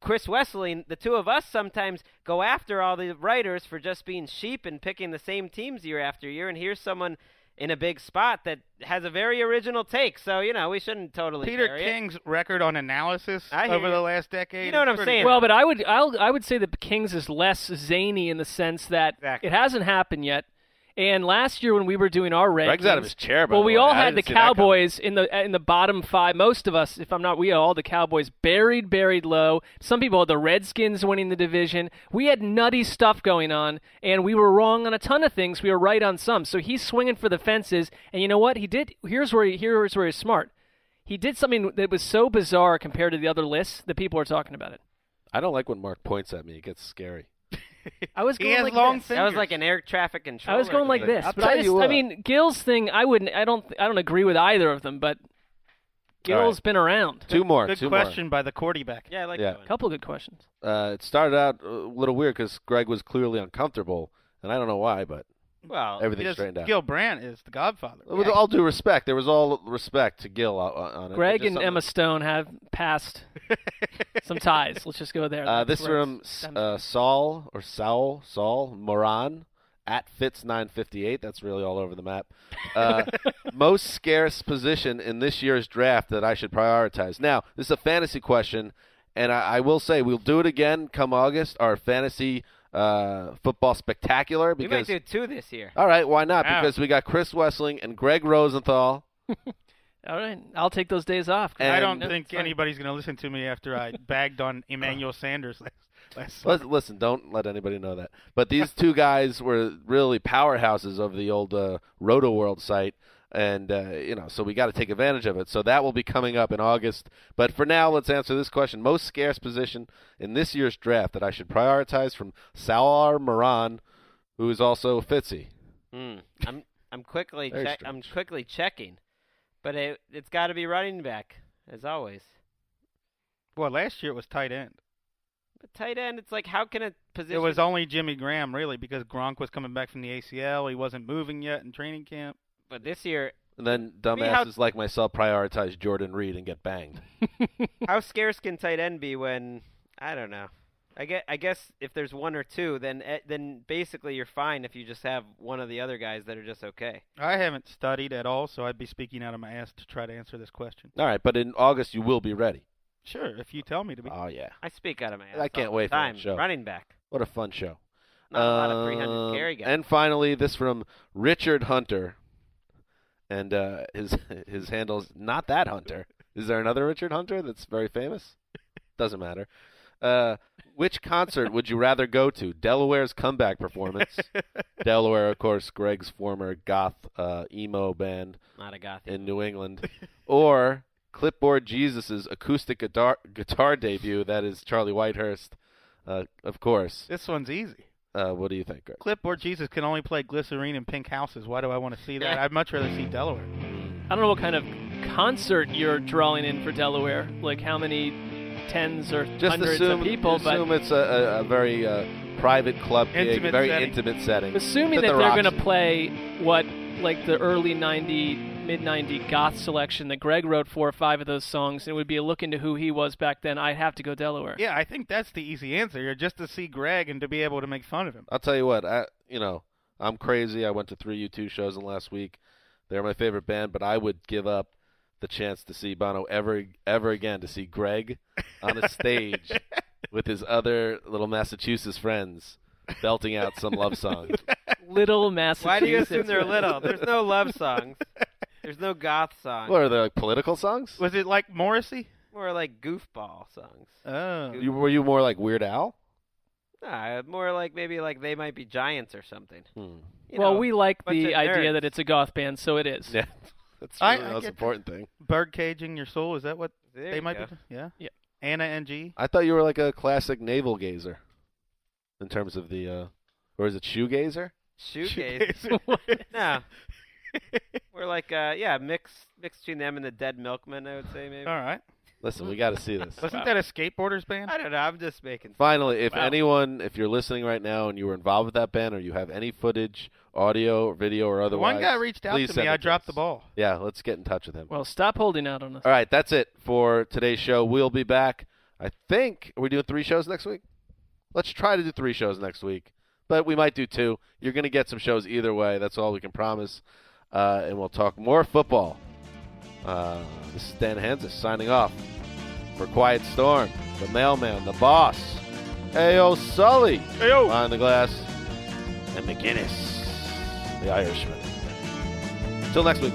[SPEAKER 6] Chris Wessling, the two of us sometimes go after all the writers for just being sheep and picking the same teams year after year. And here's someone in a big spot that has a very original take. So you know we shouldn't totally.
[SPEAKER 4] Peter
[SPEAKER 6] bury it.
[SPEAKER 4] King's record on analysis
[SPEAKER 6] I hear
[SPEAKER 4] over
[SPEAKER 6] you.
[SPEAKER 4] the last decade.
[SPEAKER 6] You know what
[SPEAKER 4] is
[SPEAKER 6] I'm
[SPEAKER 4] pretty
[SPEAKER 6] saying.
[SPEAKER 4] good.
[SPEAKER 5] Well, but I would I'll, I would say that Kings is less zany in the sense that
[SPEAKER 6] Exactly.
[SPEAKER 5] it hasn't happened yet. And last year when we were doing our rankings,
[SPEAKER 3] Greg's out of his chair, by
[SPEAKER 5] well,
[SPEAKER 3] the
[SPEAKER 5] we
[SPEAKER 3] way.
[SPEAKER 5] all
[SPEAKER 3] I
[SPEAKER 5] had
[SPEAKER 3] didn't
[SPEAKER 5] the
[SPEAKER 3] see that coming.
[SPEAKER 5] Cowboys in the in the bottom five. Most of us, if I'm not, we all the Cowboys buried, buried low. Some people had the Redskins winning the division. We had nutty stuff going on, and we were wrong on a ton of things. We were right on some. So he's swinging for the fences, and you know what? He did. Here's where he, here's where he's smart. He did something that was so bizarre compared to the other lists that people are talking about it.
[SPEAKER 3] I don't like when Mark points at me. It gets scary.
[SPEAKER 5] I was
[SPEAKER 4] He
[SPEAKER 5] going
[SPEAKER 4] has
[SPEAKER 5] like
[SPEAKER 4] long
[SPEAKER 5] this.
[SPEAKER 4] fingers.
[SPEAKER 6] That was like an air traffic controller.
[SPEAKER 5] I was going like
[SPEAKER 6] debate.
[SPEAKER 5] this,
[SPEAKER 3] I'll
[SPEAKER 5] but I,
[SPEAKER 3] tell
[SPEAKER 5] just,
[SPEAKER 3] you
[SPEAKER 5] I
[SPEAKER 3] what.
[SPEAKER 5] mean Gill's thing. I wouldn't. I don't. I don't agree with either of them. But Gill's been around.
[SPEAKER 3] Two more.
[SPEAKER 4] Good
[SPEAKER 3] two
[SPEAKER 4] question by the quarterback.
[SPEAKER 6] Yeah, I like
[SPEAKER 3] Yeah.
[SPEAKER 6] that
[SPEAKER 5] A
[SPEAKER 6] one.
[SPEAKER 5] couple good questions.
[SPEAKER 3] More. Uh, it started out a little weird because Greg was clearly uncomfortable, and I don't know why, but
[SPEAKER 6] Well,
[SPEAKER 3] everything
[SPEAKER 4] Just
[SPEAKER 3] straightened out.
[SPEAKER 4] Gilbrand is the Godfather.
[SPEAKER 3] With all due respect, there was all respect to Gil o- o- on it.
[SPEAKER 5] Greg
[SPEAKER 3] Just
[SPEAKER 5] and
[SPEAKER 3] something-
[SPEAKER 5] Emma Stone have
[SPEAKER 3] [LAUGHS]
[SPEAKER 5] passed some ties. Let's just go there.
[SPEAKER 3] Uh,
[SPEAKER 5] That's
[SPEAKER 3] this
[SPEAKER 5] where
[SPEAKER 3] room,
[SPEAKER 5] it's-
[SPEAKER 3] uh, Saul or Saul, Saul Moran at Fitz nine fifty eight. That's really all over the map.
[SPEAKER 6] [LAUGHS]
[SPEAKER 3] Uh, most scarce position in this year's draft that I should prioritize. Now, this is a fantasy question, and I, I will say we'll do it again come August. Our fantasy uh, football spectacular
[SPEAKER 6] we
[SPEAKER 3] because
[SPEAKER 6] might do two this year.
[SPEAKER 3] all right, why not?
[SPEAKER 4] Wow.
[SPEAKER 3] Because we got Chris Wessling and Greg Rosenthal.
[SPEAKER 5] All right, I'll take those days off.
[SPEAKER 3] And-
[SPEAKER 4] I don't
[SPEAKER 5] No,
[SPEAKER 4] think
[SPEAKER 5] it's fine.
[SPEAKER 4] anybody's going to listen to me after
[SPEAKER 3] [LAUGHS]
[SPEAKER 4] I bagged on Emmanuel Sanders last, last summer.
[SPEAKER 3] Listen, listen, don't let anybody know that. But these two guys were really powerhouses of the old uh, Roto World site, and uh, you know, so we got to take advantage of it. So that will be coming up in August. But for now, let's answer this question: most scarce position in this year's draft that I should prioritize from Salar Moran, who is also Fitzy.
[SPEAKER 6] Hmm. [LAUGHS] I'm I'm quickly
[SPEAKER 3] Mm. Very
[SPEAKER 6] check, I'm
[SPEAKER 3] strange.
[SPEAKER 6] quickly checking, but it it's got to be running back as always.
[SPEAKER 4] [LAUGHS] Well, last year it was tight end.
[SPEAKER 6] But tight end, it's like how can a position?
[SPEAKER 4] It was only Jimmy Graham really because Gronk was coming back from the ACL. He wasn't moving yet in training
[SPEAKER 3] [LAUGHS]
[SPEAKER 4] camp.
[SPEAKER 6] But this year,
[SPEAKER 3] And then
[SPEAKER 6] See how-
[SPEAKER 3] dumbasses like myself prioritize Jordan Reed and get banged.
[SPEAKER 6] how scarce can tight end be when I don't know. I get. I guess if there's one or two, then eh, then basically you're fine if you just have one of the other guys that are just okay.
[SPEAKER 4] I haven't studied at all, so I'd be speaking out of my ass to try to answer this question.
[SPEAKER 3] All right, but in August you will be ready.
[SPEAKER 4] Sure, if you tell me to be.
[SPEAKER 3] Oh yeah,
[SPEAKER 6] I speak out of my ass.
[SPEAKER 3] I can't
[SPEAKER 6] all the
[SPEAKER 3] wait for that
[SPEAKER 6] time.
[SPEAKER 3] show.
[SPEAKER 6] Running back,
[SPEAKER 3] what a fun show.
[SPEAKER 6] not a lot of 300
[SPEAKER 5] Uh,
[SPEAKER 3] Um,
[SPEAKER 6] carry guys.
[SPEAKER 3] And finally, this from Richard Hunter, and uh, his [LAUGHS] his handle's not that Hunter. Is there another Richard Hunter that's very famous? Doesn't matter. Uh, which concert would you rather go to? Delaware's
[SPEAKER 6] [LAUGHS]
[SPEAKER 3] comeback performance. Delaware, of course, Greg's former goth uh, emo band
[SPEAKER 6] not a gothy.
[SPEAKER 3] in New England, or Clipboard Jesus's acoustic guitar guitar debut. That is Charlie Whitehurst, uh, of course.
[SPEAKER 4] This one's easy.
[SPEAKER 3] Uh, what do you think, Greg?
[SPEAKER 4] Clipboard Jesus can only play glycerine and pink houses. Why do I want to see that? I'd much rather see Delaware.
[SPEAKER 5] I don't know what kind of concert you're drawing in for Delaware. Like how many tens or
[SPEAKER 3] just
[SPEAKER 5] hundreds
[SPEAKER 3] assume,
[SPEAKER 5] of people,
[SPEAKER 3] assume
[SPEAKER 5] but
[SPEAKER 3] it's a, a, a very uh, private club gig,
[SPEAKER 4] Intimate
[SPEAKER 3] very
[SPEAKER 4] setting.
[SPEAKER 3] intimate setting.
[SPEAKER 5] assuming
[SPEAKER 3] That
[SPEAKER 5] that
[SPEAKER 3] they're
[SPEAKER 5] they're going
[SPEAKER 3] options.
[SPEAKER 5] to play what like the early '90 mid 90 goth selection that Greg wrote four or five of those songs, and it would be a look into who he was back then, I'd have to go Delaware.
[SPEAKER 4] Yeah, I think that's the easy answer. You're just to see Greg and to be able to make fun of him.
[SPEAKER 3] I'll tell you what, I you know, I'm crazy. I went to three U2 shows in the last week. They're my favorite band, but I would give up the chance to see Bono ever ever again to see Greg on
[SPEAKER 4] [LAUGHS]
[SPEAKER 3] a stage with his other little Massachusetts friends belting out some
[SPEAKER 4] [LAUGHS]
[SPEAKER 3] love song.
[SPEAKER 5] Little Massachusetts.
[SPEAKER 6] Why do you assume they're little? There's no love songs. There's no goth songs.
[SPEAKER 3] What are they like political songs?
[SPEAKER 4] [LAUGHS] Was it like Morrissey?
[SPEAKER 6] More like goofball songs.
[SPEAKER 4] Oh.
[SPEAKER 3] You, were you more like Weird Al?
[SPEAKER 6] Nah, more like maybe like they might be giants or something.
[SPEAKER 3] Hmm. [LAUGHS]
[SPEAKER 6] You
[SPEAKER 5] well,
[SPEAKER 6] know,
[SPEAKER 5] we like
[SPEAKER 6] bunch
[SPEAKER 5] the
[SPEAKER 6] of
[SPEAKER 5] idea
[SPEAKER 6] nerds.
[SPEAKER 5] that it's a goth band, so it is.
[SPEAKER 3] Yeah, that's
[SPEAKER 4] I-
[SPEAKER 3] really
[SPEAKER 4] I
[SPEAKER 3] the most
[SPEAKER 4] get
[SPEAKER 3] important thing.
[SPEAKER 4] Bird caging your soul, is that what
[SPEAKER 6] There
[SPEAKER 4] they
[SPEAKER 6] you
[SPEAKER 4] might
[SPEAKER 6] go.
[SPEAKER 4] be? Yeah.
[SPEAKER 5] Yeah.
[SPEAKER 4] Anna and G.
[SPEAKER 3] I thought you were like a classic navel gazer, in terms of the, uh, or is it shoe gazer?
[SPEAKER 6] shoegaze.
[SPEAKER 4] [LAUGHS]
[SPEAKER 6] no, we're like uh, yeah, mix mix between them and the Dead Milkmen. I would say maybe.
[SPEAKER 4] All right.
[SPEAKER 3] Listen, we got to see
[SPEAKER 4] [LAUGHS]
[SPEAKER 3] this.
[SPEAKER 4] Wasn't that a skateboarders band?
[SPEAKER 6] I don't know. I'm just making.
[SPEAKER 3] Finally, if
[SPEAKER 6] Wow.
[SPEAKER 3] anyone, if you're listening right now and you were involved with that band, or you have any footage, audio, or video, or otherwise,
[SPEAKER 4] One guy reached out
[SPEAKER 3] please
[SPEAKER 4] to
[SPEAKER 3] send
[SPEAKER 4] me.
[SPEAKER 3] it
[SPEAKER 4] I dropped
[SPEAKER 3] us.
[SPEAKER 4] the ball.
[SPEAKER 3] Yeah, let's get in touch with him.
[SPEAKER 5] Well, stop holding out on us.
[SPEAKER 3] All right, that's it for today's show. We'll be back. I think are we doing three shows next week? Let's try to do three shows next week, but we might do two. You're going to get some shows either way. That's all we can promise. Uh, and we'll talk more football. Uh, this is Dan Hansis signing off for Quiet Storm, the mailman, the boss, A.O. Sully on the glass, and McGinnis, the Irishman. Till next week.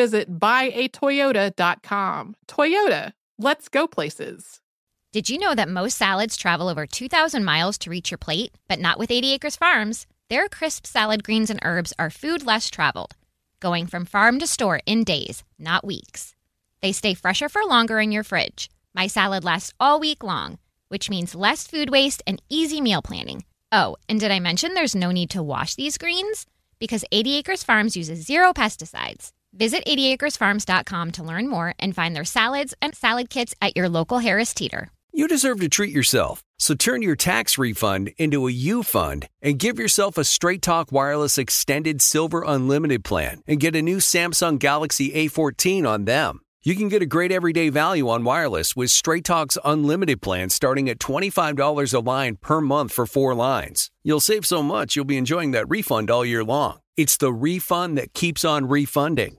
[SPEAKER 8] visit buyatoyota.com. Toyota, let's go places.
[SPEAKER 1] Did you know that most salads travel over 2,000 miles to reach your plate? But not with 80 Acres Farms. Their crisp salad greens and herbs are food less traveled, going from farm to store in days, not weeks. They stay fresher for longer in your fridge. My salad lasts all week long, which means less food waste and easy meal planning. Oh, and did I mention there's no need to wash these greens? Because 80 Acres Farms uses zero pesticides. Visit 80acresfarms.com to learn more and find their salads and salad kits at your local Harris Teeter.
[SPEAKER 9] You deserve to treat yourself, so turn your tax refund into a U fund and give yourself a Straight Talk Wireless Extended Silver Unlimited plan and get a new Samsung Galaxy A14 on them. You can get a great everyday value on wireless with Straight Talk's unlimited plan starting at $25 a line per month for four lines. You'll save so much, you'll be enjoying that refund all year long. It's the refund that keeps on refunding.